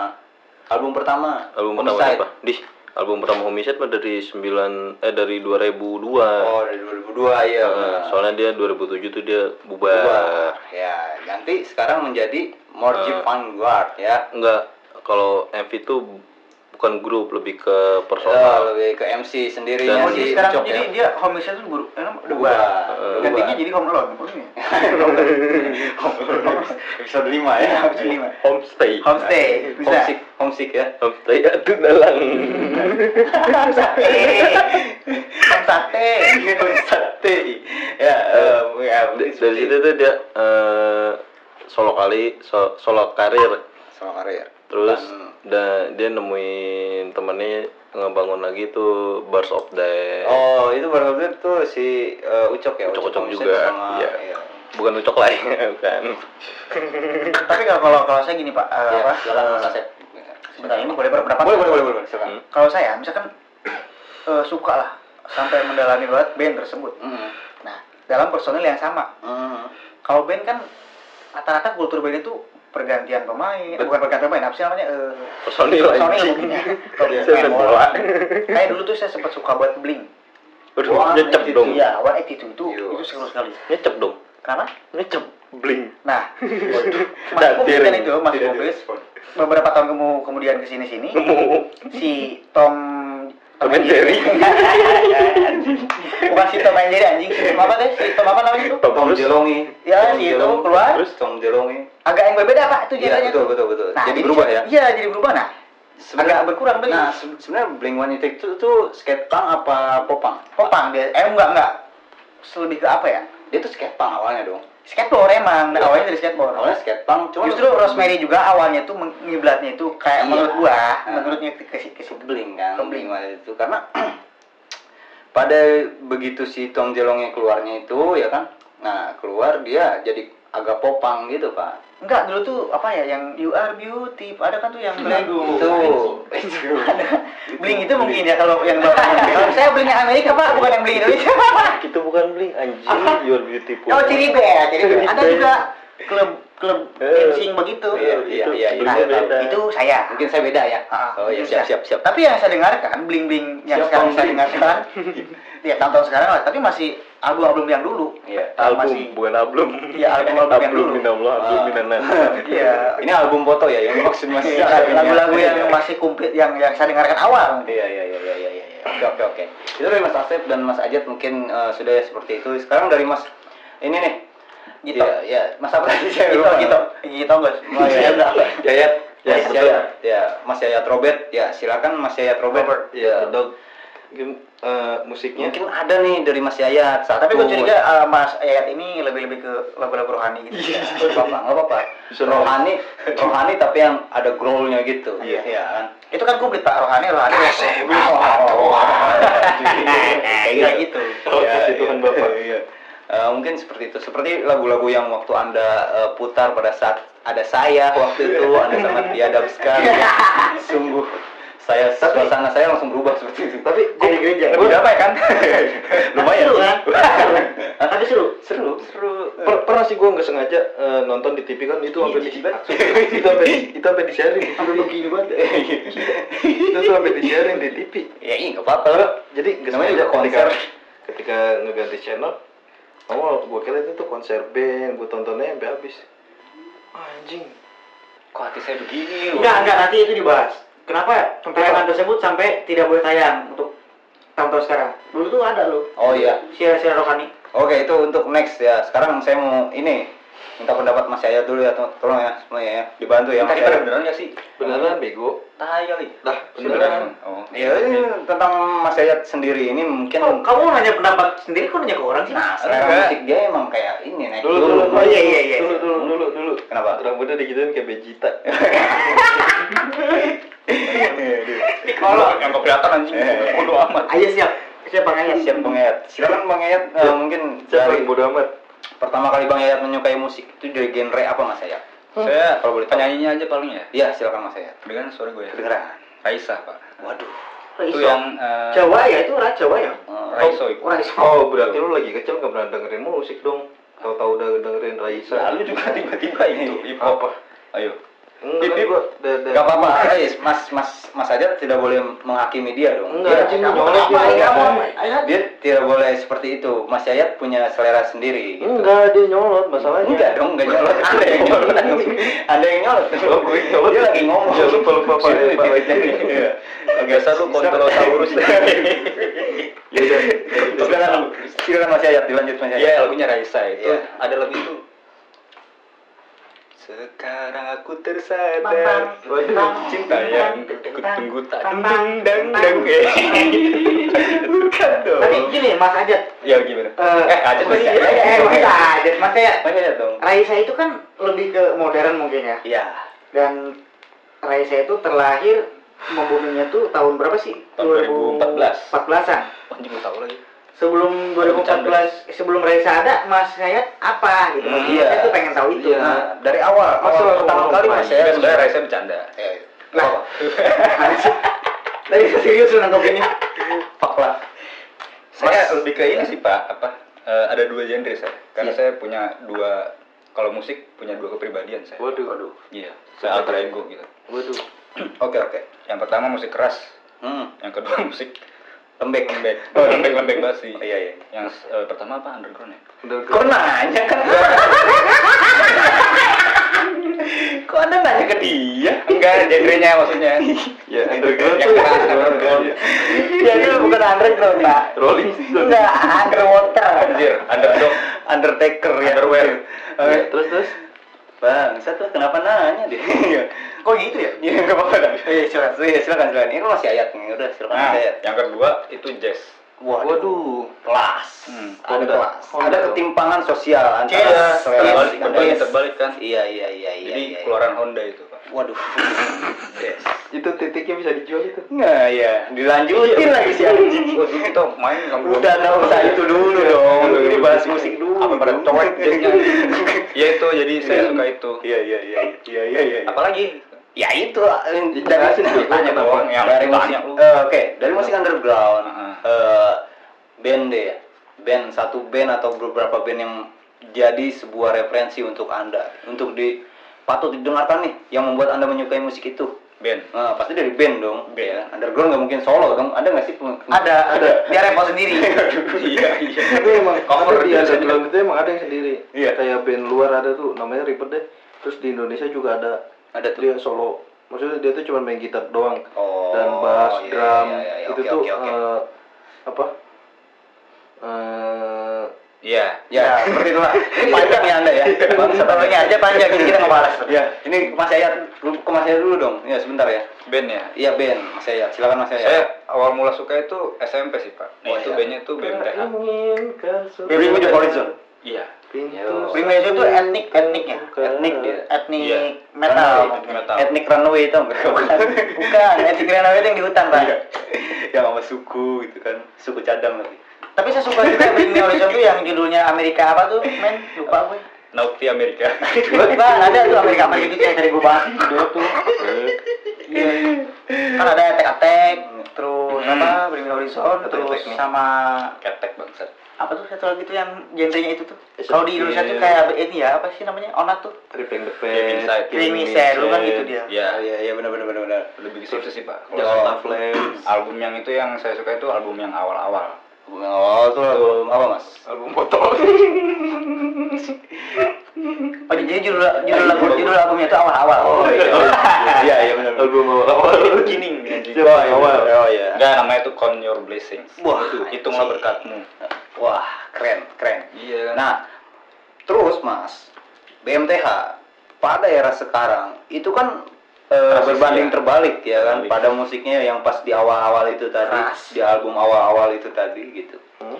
Album pertama.
Album pertama
Homicide.
apa? Di album pertama Homicide mah dari 9 eh dari 2002.
Oh, dari 2002 ya.
Nah, soalnya dia 2007 tuh dia bubar.
ya, ganti sekarang menjadi Morji
Eh.
Vanguard ya.
Enggak, kalau MV tuh bukan grup, lebih ke
Eh,
personal.
lebih ke MC
Dan-
sendirinya
oh jadi
si
sekarang
Ucok
jadi
ya.
dia home nya tuh baru eh, udah
Udah bubar.
Eh,
Udah
gantinya
bubar.
jadi home alone maksudnya
Episode 5 ya.
Episode lima.
homestay.
homestay bisa
Homesick, homesick ya.
Homestay aduh dalang.
home sate home sate
sate ya, em, ya
D- dari situ tuh dia eh, solo kali so- solo karir.
sama karir
Terus
Dan-
da- dia nemuin temennya ngebangun lagi tuh Bars of Death.
oh itu baru itu tuh si eh, ucok ya
Ucok- Ucok
Homesick
juga,
sama,
iya.
iya.
Bukan ucok lah ya, bukan.
tapi kalau kalau kalau saya gini pak eh,
Ya,
apa
silakan Mas Asep.
sebentar ini boleh berpendapat
boleh boleh boleh boleh silakan
Hmm.
kalau saya misalkan eh, suka lah sampai mendalami banget band tersebut
Mm.
nah dalam personil yang sama
Mm.
kalau band kan rata-rata kultur band itu pergantian pemain
Bet-
bukan pergantian pemain apa sih namanya eh,
Personil
personil
anjing.
mungkin ya kalau
Iya,
main
main
bola
bola.
kayak dulu tuh saya sempat suka buat bling
Waduh,
Wah,
nyecep
itu
dong.
iya one eighty two itu
Yo.
itu seru sekali
Nyecep dong.
karena
Nyecep bling.
nah mas
Dan
Bobis kan
tiring.
itu mas
Tidak
Bobis
direspon.
beberapa tahun kemu- kemudian kesini sini si Tom
Tom and Jerry.
bukan si Tom and Jerry anjing si Tom apa deh si Tom apa namanya itu
Tom
Terus?
Jelongi
Ya,
Tom
si itu
Jelongi.
keluar.
terus Tom Jelongi
agak yang berbeda pak itu
iya
jadinya
betul
tuh
betul betul
Nah,
jadi berubah ya
Iya, jadi berubah. Nah,
sebenarnya-
agak berkurang dari
Nah, se- sebenarnya Blink One Eighty itu tuh skate punk apa popang?
popang dia. Eh enggak enggak. Lebih ke apa ya?
Dia tuh skate punk awalnya dong.
Skateboard emang.
Iya.
Awalnya dari skateboard.
Awalnya skate punk, cuma
Justru Rosemary juga awalnya tuh ngiblatnya itu
Iya.
kayak menurut gua,
Nah.
menurutnya ke, ke, ke situ.
Blink kan,
Ke
Blink
Blink.
One itu karena pada begitu si Tom Jelongnya keluarnya itu ya kan, nah keluar dia jadi agak popang gitu pak.
Enggak, dulu tuh apa ya yang You Are Beauty, ada kan tuh yang
Itu, itu.
Bling itu mungkin ya kalau yang bapak Kalau saya bling yang Amerika pak, bukan yang bling Indonesia
Iya.
Itu bukan bling anjing, your beautiful.
Oh ciri bea, ciri bea. Ada
Ciri
juga klub klub
Eh,
dancing begitu.
iya, iya, iya, iya.
Nah, itu saya.
Mungkin saya beda ya.
Ah,
oh iya
itu
siap
saya.
siap siap.
Tapi yang saya dengarkan, bling bling yang
Siap,
sekarang
Bang
saya
Bling.
dengarkan, ya tahun-tahun sekarang lah. Tapi masih album album yang dulu. Ah,
Iya.
album,
masih-
bukan album.
Iya, album-album yang
Album
dulu.
minallah, album
Ah.
minanas.
Iya.
Ini album foto ya yang maksud mas.
Iya, Lagu-lagu yang masih komplit, yang yang saya dengarkan awal.
Iya iya iya iya iya. iya. Oke oke oke. Itu dari Mas Asep dan Mas Ajat mungkin eh, sudah seperti itu. Sekarang dari Mas ini nih.
Gitu.
Iya iya. Mas apa tadi saya
Gitu,
lupa.
gitu, gitu guys.
Oh, iya.
Yayat,
Ya, Mas
betul.
Yayat, ya, Mas Yayat Robert, ya silakan Mas Yayat Robert. Ya,
Iya, dog. Gim- eh, musiknya
Mungkin ada nih dari Mas Yayat. Satu.
Tapi gue curiga eh, Mas Ayat ini lebih-lebih ke lagu-lagu rohani gitu.
Iya, nggak apa-apa, nggak apa-apa.
Bisa
Rohani, rohani tapi yang ada growlnya gitu. Iya. kan?
Itu kan komplit Pak rohani, rohani.
Ah, Oh,
Kayak gitu.
Kasih Tuhan Bapak.
Iya. Eh, mungkin seperti itu, seperti lagu-lagu yang waktu anda eh, putar pada saat ada saya waktu itu, anda sangat biadab sekali.
Iya.
Sungguh, saya suasana saya langsung berubah seperti itu. Tapi
Jadi gereja.
lebih damai kan? Lumayan
Seru kan?
Hah?
Tapi seru.
Seru.
seru Per- pernah sih gue nggak sengaja eh, nonton di TV kan itu sampai
Iya.
di itu sampai di- itu sampai di sharing itu tuh sampai di sharing di TV
Ya iya nggak apa-apa lah.
jadi nggak
Namanya
sengaja
juga
ketika
konser.
ketika ngeganti channel awal gue kira itu tuh konser band gue tontonnya sampai habis anjing
Kok hati saya begini?
Enggak, enggak nanti itu dibahas. Kenapa tayangan tersebut sampai tidak boleh tayang untuk tahun-tahun sekarang? Dulu tuh ada loh.
Oh iya.
Siar-siar rohani.
Oke itu untuk next ya. Sekarang saya mau ini minta pendapat Mas Yaya dulu ya to- tolong ya semuanya ya dibantu ya Mas Yaya.
beneran gak sih?
beneran bego
Tai kali.
dah
Beneran.
beneran
Oh. Ya ini tentang Mas Yaya sendiri ini mungkin
Kamu, kamu nanya pendapat sendiri, kok nanya ke orang Kan sih?
nah selera
Enggak.
musik dia emang kayak ini naik
dulu dulu
Oh, iya, iya, iya.
dulu dulu dulu dulu
Kenapa?
rambutnya digituin gitu kan, kayak Vegeta
Kalau yang keberatan anjing bodo amat.
Ayo siap. Siap Bang Ayat.
Siap Eh. Bang Yayat. Silakan Bang Yayat eh, mungkin
siapa
dari
yang bodo amat
pertama kali Bang Yayat menyukai musik itu dari genre apa Mas Yayat?
Saya kalau boleh penyanyinya aja paling ya.
Iya silakan Mas Yayat.
Kedengaran suara gue ya.
Kedengeran.
Raisa, Pak.
Waduh.
Itu yang eh,
Jawa ya, itu orang Jawa ya.
Raiso itu.
Orang Jawa.
Oh berarti lu lagi kecil nggak pernah dengerin musik dong? Tahu-tahu udah dengerin Raisa.
Lalu juga tiba-tiba itu hip hop.
apa?
Ayo. Pip,
Enggak
pip.
gua da, da.
Gak apa-apa, guys. Mas Mas Mas aja tidak boleh menghakimi dia dong. Dia,
Enggak, anjing
Kamu
nyolek
kenapa?
dia.
Kamu Ayat.
dia tidak boleh seperti itu. Mas Yayat punya selera sendiri. Gitu.
Enggak dia nyolot masalahnya.
Enggak dong, enggak nyolot. Ada yang nyolot. Ada yang nyolot.
Oh, gue nyolot.
Dia lagi ngomong.
Ya, lupa, lupa, Pak.
Sini,
Pak.
sini. Iya. Oke,
Biasa lu kontrolosaurus.
Ya udah.
Silakan, silakan Iya. Mas Yayat dilanjut Mas Yayat.
Iya, lagunya Raisa itu.
Iya.
Ada lagu itu. Sekarang aku tersadar
Bambang.
Waduh, cinta yang kutunggu tak
Bambang.
dendeng deng deng Bukan dong
Tapi gini, Mas Ajat.
Ya gimana?
Eh,
Eh, Ajat, Mas Ajat.
Eh, Mas Ajat. Mas Ayat.
Mas Yayat dong.
Raisa itu kan lebih ke modern mungkin ya.
Iya.
Dan Raisa itu terlahir membuminya tuh tahun berapa sih?
Tahun 2014.
2014-an.
Anjing gue tahu lagi
Sebelum 2014, sebelum Raisa ada, Mas Yayat apa gitu? Mas
Iya.
Yayat tuh pengen tahu itu.
Iya.
Nah, dari awal,
Masa
awal
langsung
pertama
ngomong
kali
main.
Mas
Enggak,
Yayat.
sebenarnya Raisa bercanda
Eh,
nah,
Lah.
apa?
Tapi serius lu nangkep ini.
Fuck lah.
Saya
Mas-
lebih ke ini sih Pak, apa eh, ada dua genre saya. Karena
Iya.
saya punya dua kalau musik punya dua kepribadian saya.
Waduh.
Waduh.
Iya, saya alter ego gitu.
Waduh.
Oke, oke.
Yang pertama musik keras,
Hmm,
yang kedua musik
lembek.
lembek, lembek lembek basi.
Oh, iya, iya.
Yang eh, pertama apa underground ya?
Udah ke-
Kok nanya kan? Kok anda nanya ke dia?
Enggak, genrenya maksudnya.
Ya underground
Yang
tuh.
keras,
underground.
iya.
Jadi lu bukan underground, Pak.
Rolling Stone.
Enggak, underwater.
Iya,
Anjir, underdog.
Undertaker ya.
Underwear.
Iya.
Oke.
Terus terus.
Bang, satu kenapa nanya deh?
Kok gitu ya?
Iya, nggak apa-apa. dah.
Oh, iya, silakan.
Iya, silakan silakan. Ini masih ayat nih, udah silakan
Ah.
Nah,
ayat.
yang kedua itu jazz.
Waduh.
Kelas.
Hmm.
Ada
Honda.
kelas.
Honda.
Ada ketimpangan sosial
Iya,
antara selera
terbalik,
dengan
terbalik,
jazz.
terbalik kan.
Iya, iya, iya, iya.
Jadi
iya, iya.
keluaran Honda itu, Pak.
Waduh.
Jazz.
Itu titiknya bisa dijual itu.
Nah, iya, dilanjutin lagi si anjing.
Waduh, kita main kamu.
Udah nggak usah itu dulu dong. Ini bahas musik dulu.
Apa pada
dong.
cowok jazznya? Ya itu, jadi saya suka itu.
Iya, iya, iya. Iya, iya, iya.
Apalagi?
Ya itu lah, eh, dari
Jelasin dulu,
tanya
dong,
dong.
yang
dari musik,
tanya lu.
eh, oke, dari musik underground,
Heeh.
eh, band deh, ya. band satu band atau beberapa band yang jadi sebuah referensi untuk anda, untuk di patut didengarkan nih, yang membuat anda menyukai musik itu.
Band.
Nah, pasti dari band dong,
Band.
ya kan? underground nggak mungkin solo dong, ada nggak sih? peng-
Ada, ada. Dia repot sendiri.
Iya, iya.
Tapi emang ada
Cover
di
biasanya.
underground itu emang ada yang sendiri.
Iya.
Kayak band luar ada tuh namanya Reaper deh. Terus di Indonesia juga ada.
Ada tuh.
Dia solo. Maksudnya dia tuh cuma main gitar doang
Oh,
dan bass,
iya,
drum.
iya, iya, iya.
Itu
Oke,
tuh
oke,
ah.
oke.
eh, apa? Eh,
Iya.
Ya, seperti itulah. Panjang ya Anda ya. Bang, satunya aja panjang ini kita ngebahas. Ya, ini Mas Ayat, ke Mas Ayat dulu dong. Ya, sebentar ya.
Band ya.
Iya, Ben, Mas Ayat. Silakan Mas Ayat.
Saya awal mula suka itu SMP sih, Pak. Nah,
Oh,
itu
iya.
bandnya itu BMTH.
Inginkan sebuah
Bring me the horizon.
Iya.
pintu
Bring Me itu etnik, etnik ya?
Etnik dia.
Etnik
Iya.
metal.
Runaway,
mungkin.
metal.
Etnik runaway itu enggak
Bukan, bukan. etnik Renaway itu yang di hutan, Pak.
Yang Iya. Ya, sama suku gitu kan. Suku cadang lagi.
Tapi saya suka juga Bring Me Horizon itu yang judulnya Amerika apa tuh, men? Lupa gue.
Nauti Amerika.
Lupa, ada tuh Amerika Amerika gitu yang tadi gue bahas itu tuh. Iya. Kan ada Attack Attack, terus
Hmm.
apa Bring Me Horizon, terus
iya.
Attack nih.
sama
Ketek bangsat.
apa tuh satu lagi tuh yang genrenya itu tuh. Kalau
iya,
di Indonesia tuh kayak ini ya, apa sih namanya? Onat tuh.
Tripping the
Game
Fed,
Inside.
Bring Me Shadow kan gitu dia.
Iya.
iya, iya benar benar benar benar. Oh.
Lebih ke situ sih, Pak.
Jakarta
Kalau
Flames.
album yang itu yang saya suka itu album yang awal-awal.
Yang awal tuh album Oh, apa, Mas?
Album botol.
Oh, jadi judul judul lagu judul albumnya itu awal-awal.
Oh iya. Iya, iya benar.
Album awal.
Beginning. anjing.
Siapa awal?
Oh iya.
Enggak, namanya itu Count Your Blessings.
Wah,
Hitunglah
anjing.
berkatmu.
Wah, keren, keren.
Iya. Nah,
Nah, terus Mas, BMTH pada era sekarang itu kan eh,
Transisi
berbanding
ya.
terbalik ya kan
Terbalik.
pada musiknya yang pas di awal-awal itu tadi, di album awal-awal itu tadi gitu.
Hmm.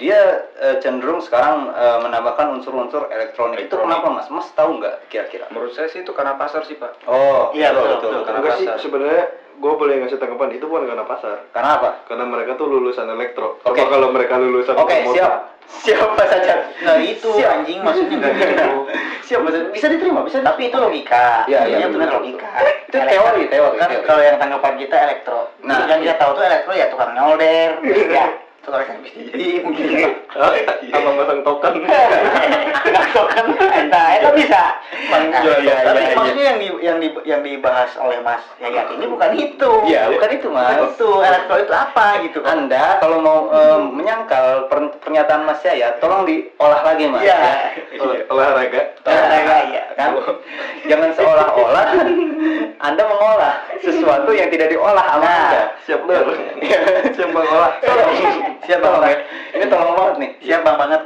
Dia eh, cenderung sekarang eh, menambahkan unsur-unsur elektronik. Itu
Elektronik.
kenapa Mas? Mas tahu nggak kira-kira?
Iya,
menurut saya sih itu karena pasar sih, Pak.
Oh,
Iya, betul, betul.
Karena,
Enggak sih,
pasar.
sebenarnya gue boleh ngasih tanggapan itu bukan karena pasar,
karena apa?
karena mereka tuh lulusan elektro.
Oke.
Coba kalau mereka lulusan
Oke,
otomotif.
siap. Siapa saja?
Nah, itu anjing maksudnya nggak gitu.
Siap, Mas. bisa diterima, bisa.
Tapi itu logika.
Iya, iya,
Sebenarnya
benar.
benar logika.
Itu teori, teori,
Kan
teori.
kalau yang tanggapan kita elektro.
Nah.
Nah, yang kita tahu tuh elektro ya tukang nyolder, ya tukang servis jadi mungkin.
Iya.
Hah? Sama masang token.
Tukang token, entah, itu bisa. Nah,
Iya, iya,
Tapi
iya,
maksudnya yang di, yang di, yang dibahas oleh Mas Yayat ini bukan itu.
Iya, bukan itu, Mas.
Bukan itu elektro itu Hmm. apa gitu kan?
Anda kalau mau eh, menyangkal per- pernyataan Mas Yaya, tolong diolah lagi Mas. Ya.
Iya.
Olah- Olahraga.
Olahraga, iya.
Kan? Jangan seolah-olah Anda mengolah sesuatu yang tidak diolah sama
Nah.
Anda. Iya.
Siap lu. Siap bang olah.
Tolong. Siap tolong ya. Ini tolong banget nih.
Siap bang banget.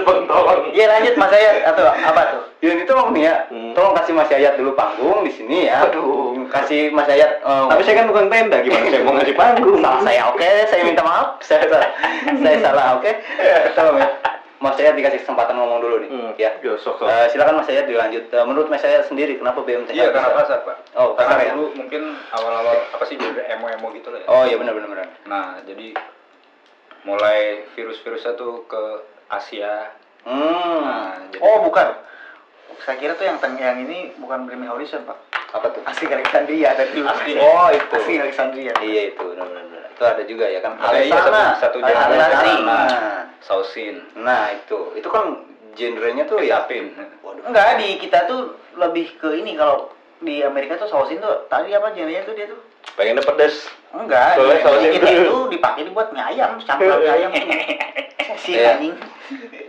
Bang tolong.
Iya lanjut Mas Yayat atau apa tuh?
Ya ini tolong nih ya.
Hmm.
Tolong kasih Mas Yayat dulu panggung di sini ya.
Aduh.
Kasih Mas Yayat. eh,
Tapi saya kan bukan tenda, gimana saya mau ngasih panggung?
salah saya oke saya minta maaf saya salah saya salah oke tolong ya Mas Yayat dikasih kesempatan ngomong dulu nih
Iya. Hmm,
ya
ya, sok, sok.
Eh, silakan Mas Yayat dilanjut Eh, menurut Mas Yayat sendiri kenapa BMTH
Iya,
bisa-
karena pasar, Pak.
Oh,
karena
pasar ya?
dulu mungkin awal-awal apa sih beda emo-emo gitu lah ya.
oh iya benar benar benar
Nah, jadi mulai virus-virusnya tuh ke Asia.
hmm
Nah, jadi
Oh bukan. Saya kira tuh yang teng- yang ini bukan Brimmy Horizon pak.
apa tuh
Asli Alexandria tadi.
Asli.
oh itu
Asli Alexandria.
iya itu benar benar benar. itu ada juga ya kan
Ada iya,
Alexana.
satu- satu
Ada
genre
Alexana.
Alexana.
Nah,
Sausin, Eh,
nah itu itu kan genrenya tuh ya
Tapin.
waduh
Enggak di kita tuh lebih ke ini kalau di Amerika tuh sausin tuh tadi apa genrenya tuh dia tuh
Pengennya pedes.
enggak
Soalnya
di-
sausin
kita
tuh-
itu dipakai buat nyayam campuran ayam si
Iya.
anjing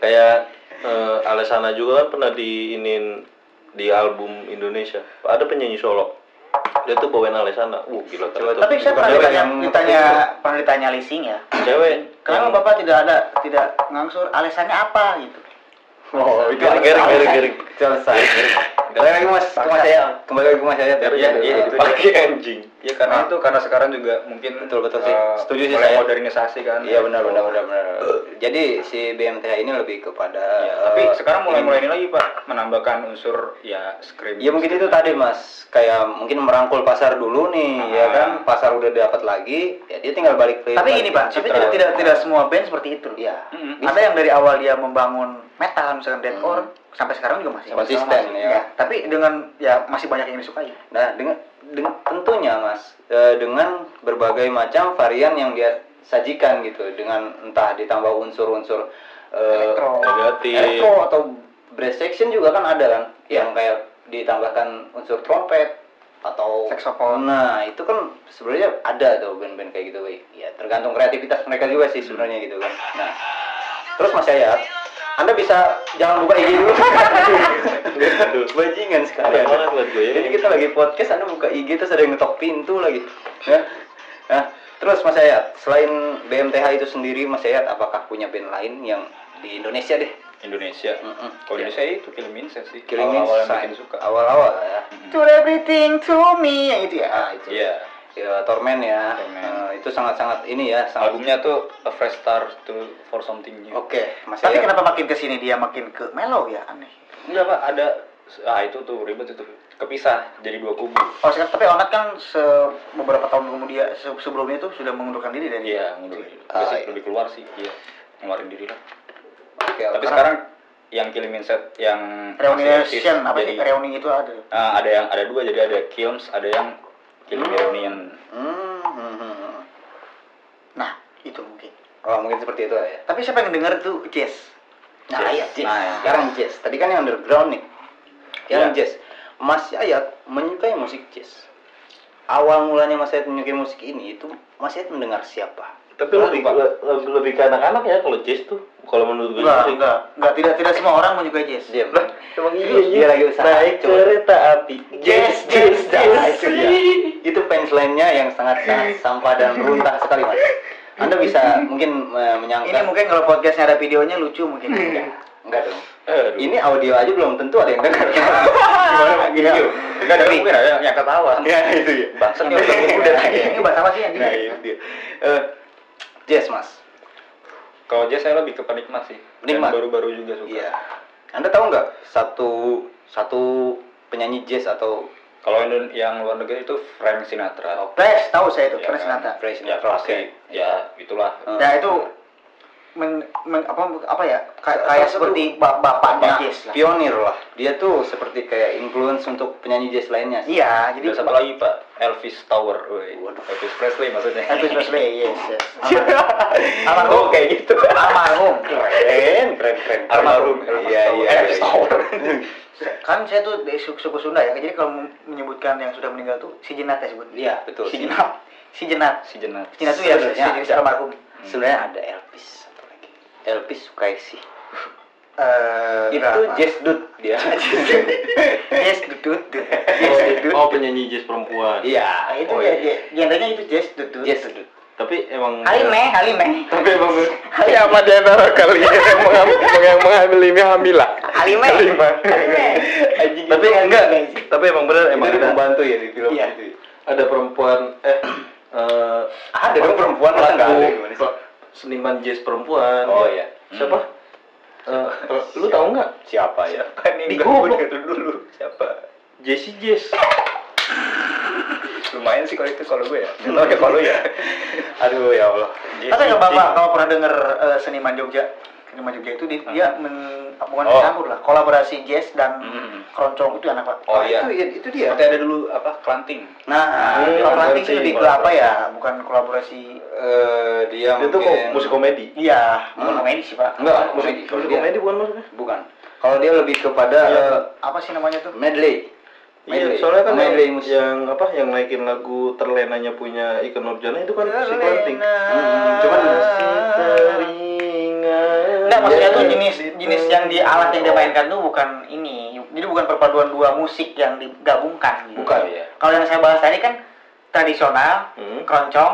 Kayak eh, Alessana juga kan pernah diinin di album Indonesia. Ada penyanyi solo. Dia tuh bawain Alessana. Uh, gila keren tuh.
tapi saya
bukan
pernah
cewek
ditanya,
yang- Iya.
ditanya pernah ditanya leasing ya
cewek.
kenapa
yang-
bapak tidak ada tidak ngangsur alasannya apa gitu
Oh, itu
Garing, garing, garing, garing.
Selesai. Kembali lagi mas, ke mas Yayat. Kembali lagi ke mas Yayat.
Iya, iya, itu dia.
Pakai anjing. Ah.
Ya karena itu karena sekarang juga mungkin
Betul, betul sih.
eh,
Setuju sih
mulai
saya.
modernisasi kan.
Iya benar benar benar benar. Jadi si BMTH ini lebih kepada
Ya, tapi
eh,
sekarang mulai
ini.
mulai ini lagi Pak menambahkan unsur ya scrim.
Ya mungkin itu tadi mas, kayak mungkin merangkul pasar dulu nih, ya
Ah.
kan? Pasar udah dapat lagi, ya dia tinggal balik play.
Tapi ini pak, tapi tidak tidak tidak semua band seperti itu.
Iya.
Mm-mm.
Ada yang dari awal dia membangun metal misalkan deathcore sampai sekarang juga masih
Konsisten,
masih- Iya,
ya.
Tapi dengan ya masih banyak yang disukai.
Nah dengan, dengan- tentunya mas, eh, dengan berbagai macam varian yang dia sajikan gitu, dengan entah ditambah unsur-unsur eh,
Negatif.
Echo atau brass section juga kan ada kan yang kayak ditambahkan unsur trompet atau
Saxophone.
Nah, itu kan sebenarnya ada tuh band-band kayak gitu, Wei. Ya, tergantung kreativitas mereka juga sih sebenarnya gitu kan. Nah, terus Mas Yayat, Anda bisa jangan buka IG dulu.
Aduh.
Bajingan sekali.
Ada banget buat gue ya.
Jadi kita lagi podcast, Anda buka IG terus ada yang ngetok pintu lagi. Ya. Nah, terus Mas Yayat, selain BMTH itu sendiri, Mas Yayat apakah punya band lain yang di Indonesia deh?
Indonesia.
Mm-mm.
Kalau Indonesia
Iya.
ya itu Killing Insect sih.
Killing
awal yang
Inside.
bikin suka.
Awal-awal ya.
Do everything to me yang itu ya.
Nah, itu.
Iya.
Ya, Torment ya.
Torment. Oh,
Eh, itu sangat-sangat ini ya, sangat
Albumnya tuh A Fresh Start to for Something New.
Oh.
Oke, Mas
Tapi
Yayat.
kenapa makin kesini dia makin ke mellow ya aneh.
Enggak Pak, ada ah itu tuh ribet itu kepisah jadi dua kubu.
Oh sekarang tapi Onat kan se beberapa tahun kemudian se- sebelumnya itu sudah mengundurkan diri dari
Iya, mundur. Basic
Ah, iya.
lebih keluar sih, iya. Ngeluarin diri lah. Tapi
Oke, karena-
sekarang yang Killing Insect yang masih eksis,
reunion apa
jadi-
sih reuni itu ada.
Ah, ada yang ada dua jadi ada Kilms, ada yang Killing Reunion.
Hmm, hmm, hmm.
Nah itu mungkin.
Oh, mungkin seperti itu ya.
Tapi siapa yang denger tuh jazz?
Nah,
Jazz.
iya, jazz.
Nah, iya.
Sekarang jazz. Tadi kan yang underground nih. Yang
Iya.
jazz. Mas Yayat menyukai musik jazz. Awal mulanya Mas Yayat menyukai musik ini itu Mas Yayat mendengar siapa?
Tapi lebih, le- lebih, lebih ke anak-anak ya kalau jazz tuh. Kalau menurut gue
Enggak,
sih.
enggak, enggak, tidak, tidak semua orang menyukai jazz.
Diam.
Iya,
Dia lagi usaha.
Naik
coba.
kereta api.
Jazz, jazz, jazz. Itu,
Iya.
dia. Iya. itu punchline-nya yang sangat sangat sampah dan runtah sekali mas. Anda bisa mungkin eh, menyangka.
Ini mungkin kalau podcastnya ada videonya lucu mungkin.
enggak dong.
Aduh.
Ini audio aja belum tentu ada yang dengar. Gimana Pak? Gitu.
Enggak ada mungkin ada yang, yang ketawa.
Ya itu ya.
Bangsat nih
Udah,
orang
udah
muda.
lagi.
Ini bahasa apa sih
Nah
anjing?
itu dia. Eh, jazz mas.
Kalau jazz saya lebih ke penikmat sih. Dan
Penikmat.
baru-baru juga suka.
Iya. Anda tahu nggak satu satu penyanyi jazz atau
Kalau Indon- yang luar negeri itu Frank Sinatra.
Fresh, tahu
Iya,
saya itu,
Ya
Fresh
kan?
Sinatra.
Frank
Ya
Sinatra?
pasti. Ya itulah.
Eh,
Ya itu men, men- apa apa ya? Kayak, kayak
Salah satu
seperti ba- bapaknya
Nah,
jazz lah.
pionir lah. Dia tuh seperti kayak influence untuk penyanyi jazz lainnya. sih.
Iya, jadi
Jadi satu lagi Pak Elvis Tower. Woi. Elvis Presley maksudnya. Oh,
Elvis Presley, yes, yes.
Almarhum kayak gitu.
Almarhum.
Keren, keren, keren.
Almarhum.
Iya, iya.
Elvis Tower.
Kan saya tuh dari suku, suku Sunda ya. Jadi kalau menyebutkan yang sudah meninggal tuh si jenat ya sebutnya.
Iya, betul.
Si jenat. Si jenat.
Si Jenat. Hmm.
Si jenat tuh ya si
Sebenarnya ada.
jenis
Hmm.
almarhum.
Sebenarnya ada Elvis satu lagi. Elvis Sukaisi.
Eh,
Itu
enggak, Pak.
jazz dude dia.
Jazz dudut dudut. Jazz dudut.
Oh, penyanyi jazz perempuan.
Iya.
Nah, itu
oh,
ya,
iya.
ya, genrenya itu jazz dudut.
Jazz dude.
Tapi emang
Halimeh, halimeh.
Tapi emang
Siapa di antara kalian yang mengambil, yang mengambil ini Hamila?
Halimeh. Halimeh.
tapi
Iya,
enggak, tapi emang benar emang
Itu
ada,
membantu ya di film
Iya.
itu. ya?
ada perempuan eh eh,
Ada dong perempuan masa
pelaku
nggak ada gimana sih?
pe- seniman jazz perempuan.
Oh
ya.
iya.
Siapa? Eh, lu tahu nggak?
Siapa ya?
Di gua
dulu. Siapa?
Jesse Jazz.
Lumayan sih kalau itu kalau gue ya. Tahu ya kalau lu ya.
Aduh ya Allah.
Tapi nggak
Iya.
bapak kalau pernah denger eh, seniman Jogja, seniman Jogja itu dia, dia men, bukan
Oh.
campur lah, kolaborasi jazz dan
Hmm.
keroncong itu anak pak.
Oh iya.
Itu ya, itu dia.
Seperti ada dulu apa? Kelanting.
Nah,
iya,
kolaborasi
kolaborasi,
sih lebih ke apa ya? Bukan kolaborasi.
Eh dia
Itu kok
mungkin-
musik komedi.
Iya, bukan komedi sih pak.
Enggak,
Musik,
komedi. Kalau
musik
dia-
komedi bukan maksudnya?
Bukan. Kalau dia lebih kepada eh,
Apa sih namanya tuh?
medley.
Iya, soalnya kan yang,
medley musik.
yang apa yang naikin lagu terlenanya punya Ikan Nurjana itu kan si
Terlena.
Klanting.
Mm-hmm.
Hmm,
cuman
Si
teringat.
Enggak, maksudnya
Iya,
tuh jenis
gitu.
jenis yang di alat yang dia mainkan tuh bukan ini. Jadi bukan perpaduan dua musik yang digabungkan. gitu.
Bukan. iya.
ya.
Mm-hmm.
Kalau yang saya bahas tadi kan tradisional,
Hmm.
keroncong,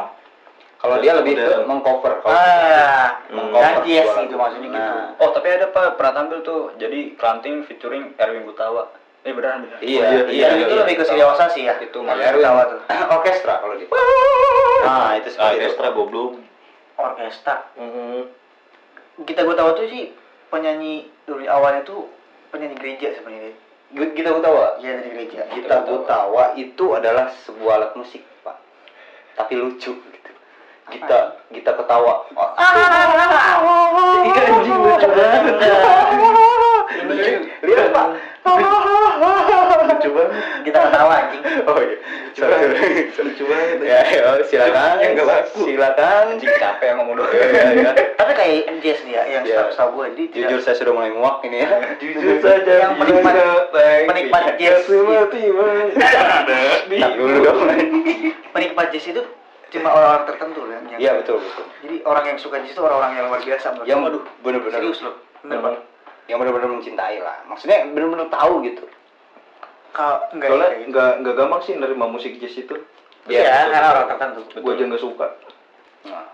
Kalau dia lebih ke
Modern.
mengcover. kalau- iya.
Ah,
mengcover
ganti
suara.
gitu maksudnya gitu.
Nah,
Oh tapi ada pak pernah tampil tuh jadi Klanting featuring Erwin Gutawa. Eh beneran beneran.
Iya,
iya,
iya,
Yang itu
iya.
lebih ke Siliwasa sih ya.
Itu
Mas
Erwin.
Erwin tuh.
orkestra kalau dia. Nah, itu
Ah,
seperti itu.
ekstra goblok.
Orkestra.
Mm-hmm.
Kita gue tahu tuh sih penyanyi dari awalnya tuh penyanyi gereja sebenarnya.
Kita Gutawa.
Iya dari gereja.
Kita Gutawa itu adalah sebuah alat musik, Pak. Tapi lucu gitu. Kita kita ketawa. Oh,
Iya, anjing lucu banget.
lihat, lihat, Pak.
Lucu banget.
Kita ketawa anjing.
Oh iya. Sorry, sorry.
Lucu banget.
Ya, ya, silakan.
Yang nggak laku.
Silakan.
Anjing capek yang ngomong doang.
Ya, ya, ya.
Tapi kayak NJS nih ya yang
Iya.
setahu gue jadi tidak-
Jujur saya sudah mulai muak ini ya.
Jujur saja.
yang penikmat penikmat jazz
Tak dulu dong.
penikmat jazz itu cuma orang-orang tertentu kan yang-
Iya, betul, betul.
jadi orang yang suka jazz itu orang-orang yang luar biasa menurut
Yang
gue.
benar-benar
serius loh bener
Bener.
Pak.
yang benar-benar mencintai lah. Maksudnya benar-benar tahu gitu.
kalau enggak
Soalnya
kayak gitu.
nggak nggak gampang sih nerima musik jazz itu.
iya karena orang tertentu
Gue aja nggak suka.
Nah.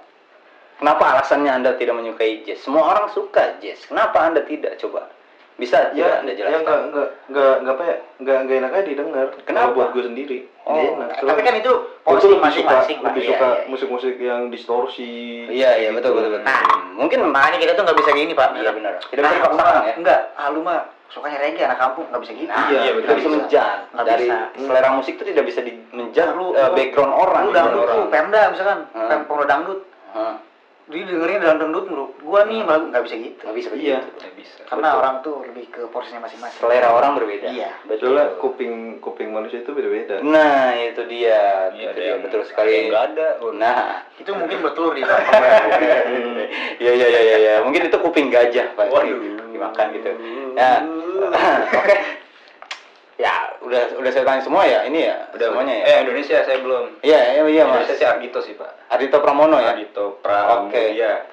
Kenapa alasannya Anda tidak menyukai jazz? Semua orang suka jazz. Kenapa Anda tidak coba? Bisa
Ya,
tidak
ya nggak
Anda jelaskan?
nggak nggak nggak apa ya nggak nggak enak aja didengar.
Kenapa?
Kalau buat gue sendiri.
Oh,
Iya,
nggak enak.
tapi
Soalnya
kan itu
gua tuh
posting
lebih suka
masing-masing Pak.
lebih
Iya,
suka
iya, iya.
musik-musik yang distorsi. gitu.
Iya, iya, betul, betul, betul.
Nah.
mungkin
makanya kita tuh nggak bisa gini pak
Iya, benar. Tidak
tidak
bisa
bisa
dipaksakan, ya?
enggak ah, lu mah sukanya reggae anak kampung nggak bisa gini
Nah, iya,
betul.
tidak bisa menjahit
Nggak
dari
bisa.
selera musik itu tidak bisa di menjahit
Lu-
eh,
lu-
background orang.
lu
background
dangdut tuh pemda misalkan
Hmm.
pem pengguna dangdut
Hah,
jadi dengerin dalam dangdut menurut gua nih malah nggak bisa gitu
nggak bisa
Iya.
begitu.
Nggak bisa.
karena
Betul.
orang tuh lebih ke porsinya masing-masing
Selera orang berbeda.
Iya.
betul.
Soalnya kuping kuping manusia itu beda-beda.
Nah, itu dia.
Iya,
itu
ada
dia.
yang-
betul
ada yang
sekali.
nggak ada.
Nah,
itu mungkin bertelur di dalam
Iya iya iya iya. Ya. Mungkin itu kuping gajah pasti dimakan gitu. Ya. Oke. Ya, udah udah saya tanya semua ya ini ya. Udah semuanya ya.
Eh Indonesia saya belum.
Iya iya iya Mas.
Indonesia sih Argito sih pak.
Adito Pramono ya.
Argito Pramono.
Oke.
Iya.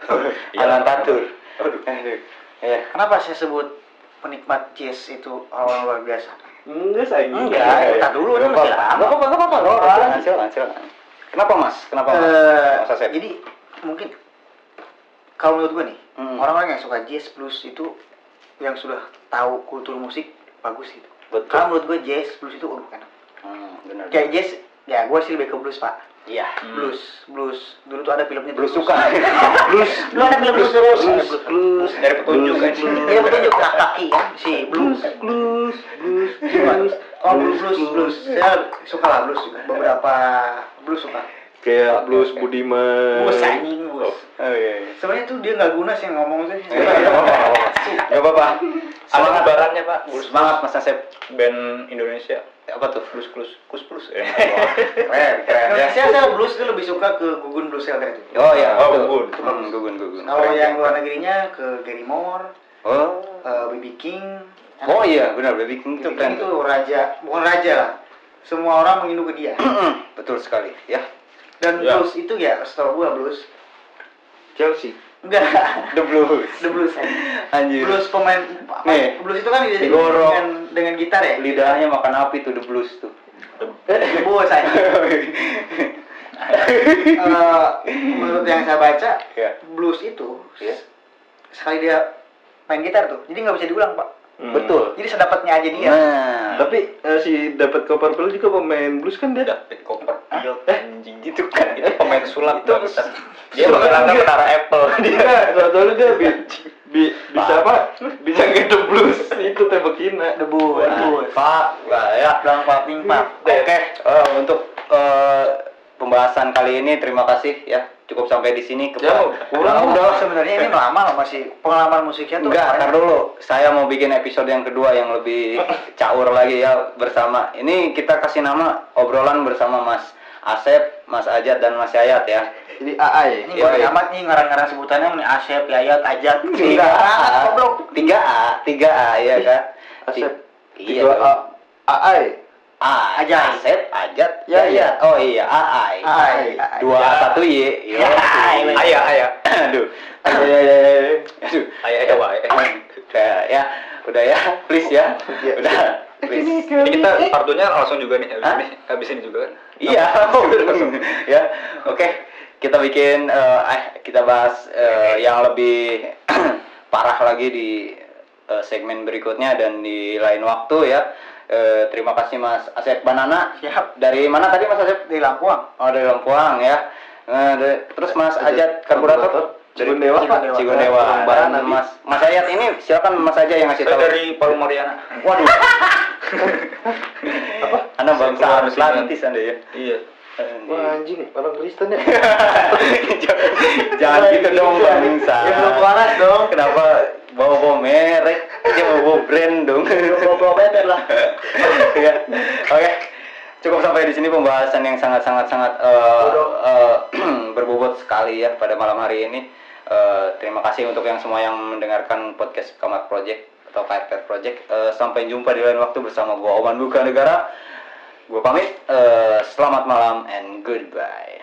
Iya.
Anantatur. Aduh. Iya.
Kenapa saya sebut penikmat jazz itu orang luar biasa?
Enggak saya.
Enggak, kita dulu ini
Nggak
masih
Iya, apa-apa.
lama.
Nggak apa-apa, nggak apa-apa. Nggak apa-apa. Silakan, silakan, silakan. Kenapa Mas? Kenapa Mas?
Eh,
Mas Asep.
jadi mungkin kalau menurut gue nih,
Hmm.
orang-orang yang suka jazz blues itu yang sudah tahu kultur musik bagus gitu.
Betul.
Kalau menurut gue jazz blues itu udah enak.
Hmm, benar.
Kayak jazz, ya gue sih lebih ke blues pak.
Iya.
Blues, blues. Dulu tuh ada filmnya
Belusukan.
Dulu ada film blues terus.
Blues, blues.
Dari petunjuk kan.
Iya petunjuk kaki kaki kan si blues.
Blues, blues,
Cuman,
blues.
oh blues blues blues.
Iya.
Saya suka lah blues juga. Beberapa blues suka.
Kayak blues Budiman.
Blues anjing blues.
Oh iya. iya.
Sebenarnya tuh dia nggak guna sih ngomong tuh.
Iya, nggak apa-apa, nggak apa-apa. Nggak apa-apa.
Ada
Semangat.
barannya pak. Blues
Semangat Mas Asep.
band Indonesia.
Apa tuh?
Blues blues kus plus. Eh.
Keren, keren ya.
Kalau saya saya blues tuh lebih suka ke Gugun Blues Elder itu.
Oh ya,
Oh,
betul.
gugun.
Hmm, gugun, gugun.
Kalau
Keren.
yang luar negerinya ke Gary Moore,
Oh.
eh, BB King.
Oh iya, benar Baby King itu
BB King
keren.
itu raja, bukan raja lah. Semua orang menginduk ke dia.
Mm-mm, Betul sekali, ya.
Dan
Ya.
blues itu ya, setahu gua blues.
Chelsea.
Enggak,
The Blues.
the blues.
Anjir.
Blues pemain apa?
Nih.
Blues itu kan identik
Digorok.
dengan dengan gitar ya.
Lidahnya makan api tuh The Blues tuh.
Bos saya. Eh, menurut yang saya baca,
Iya.
blues itu
Iya.
sekali dia main gitar tuh, jadi nggak bisa diulang pak.
Betul.
Jadi sedapatnya aja dia.
Nah,
Iya. Tapi eh, si dapat Copperfield juga pemain blues kan dia. Eh.
David Copperfield anjing
itu kan
itu pemain sulap
Itu-
bangsat. dia menggerakkan menara Apple
Dia soalnya dia bi, bi, bisa apa? Bisa ngedep blues itu tembak Cina.
The blues.
Pak, Pak, ya.
Bilang pak, ping pak.
Iya.
Oke, eh, untuk eh, pembahasan kali ini terima kasih ya. Cukup sampai di sini. Kepa-
Jauh,
Udah,
Nah,
udah sebenarnya ini lama loh masih pengalaman musiknya tuh.
Enggak,
kemarin.
ntar dulu. Saya mau bikin episode yang kedua yang lebih caur lagi ya bersama. Ini kita kasih nama obrolan bersama Mas Asep, Mas Ajat dan Mas Yayat ya.
Ini AA ya.
Ini
Iya,
bodo
iya.
amat nih ngarang-ngarang sebutannya nih Asep, Yayat, Ajat.
Tiga A,
goblok.
tiga A, tiga A ya kan.
Asep.
Ti-
Tiga
Iya.
A.
dong.
AA.
A,
Ajat.
Asep, Ajat,
Yayat.
Yayat. Oh iya, A, A.
Ay, ay.
Dua satu Y. Iya.
ayah ayah
Aduh.
Iya iya iya, iya.
Aduh.
ayah ayah wah, ayah.
Udah ya, udah ya, please ya. Udah. Please.
ini kita
Iya.
partunya langsung juga nih habis
Hah?
Iya,
ini habis ini juga kan
Iya, ya. Oke, kita bikin eh, eh, kita bahas eh, yang lebih parah lagi di eh, segmen berikutnya dan di lain waktu ya. Eh, terima kasih Mas Asep Banana.
Siap.
Dari mana tadi Mas Asep?
Di Lampuang.
Oh dari Lengkuang ya. Eh, dari- terus Mas Ajat Karburator
Cigondewa.
Cigondewa. Cigondewa.
Orang
Dan
Barat,
Mas Mas Ajat ini silakan Mas Ajat yang ngasih tahu.
dari Palu Mariana.
Waduh. Apa? Anda bangsa Atlantis Anda ya.
Iya.
Wah anjing, orang Kristen ya.
Jangan- Jangan
iya.
gitu dong bangsa.
Ya, belum waras dong.
Kenapa bawa-bawa merek? Dia bawa brand dong.
Bawa beden lah.
Iya. Oke. Cukup sampai di sini pembahasan yang sangat-sangat sangat eh, eh, berbobot sekali ya pada malam hari ini. Eh, terima kasih untuk yang semua yang mendengarkan podcast Kamar Project atau Firecat Project. Eh, sampai jumpa di lain waktu bersama gua Oman Buka Negara. Gua pamit. Eh, selamat malam and goodbye.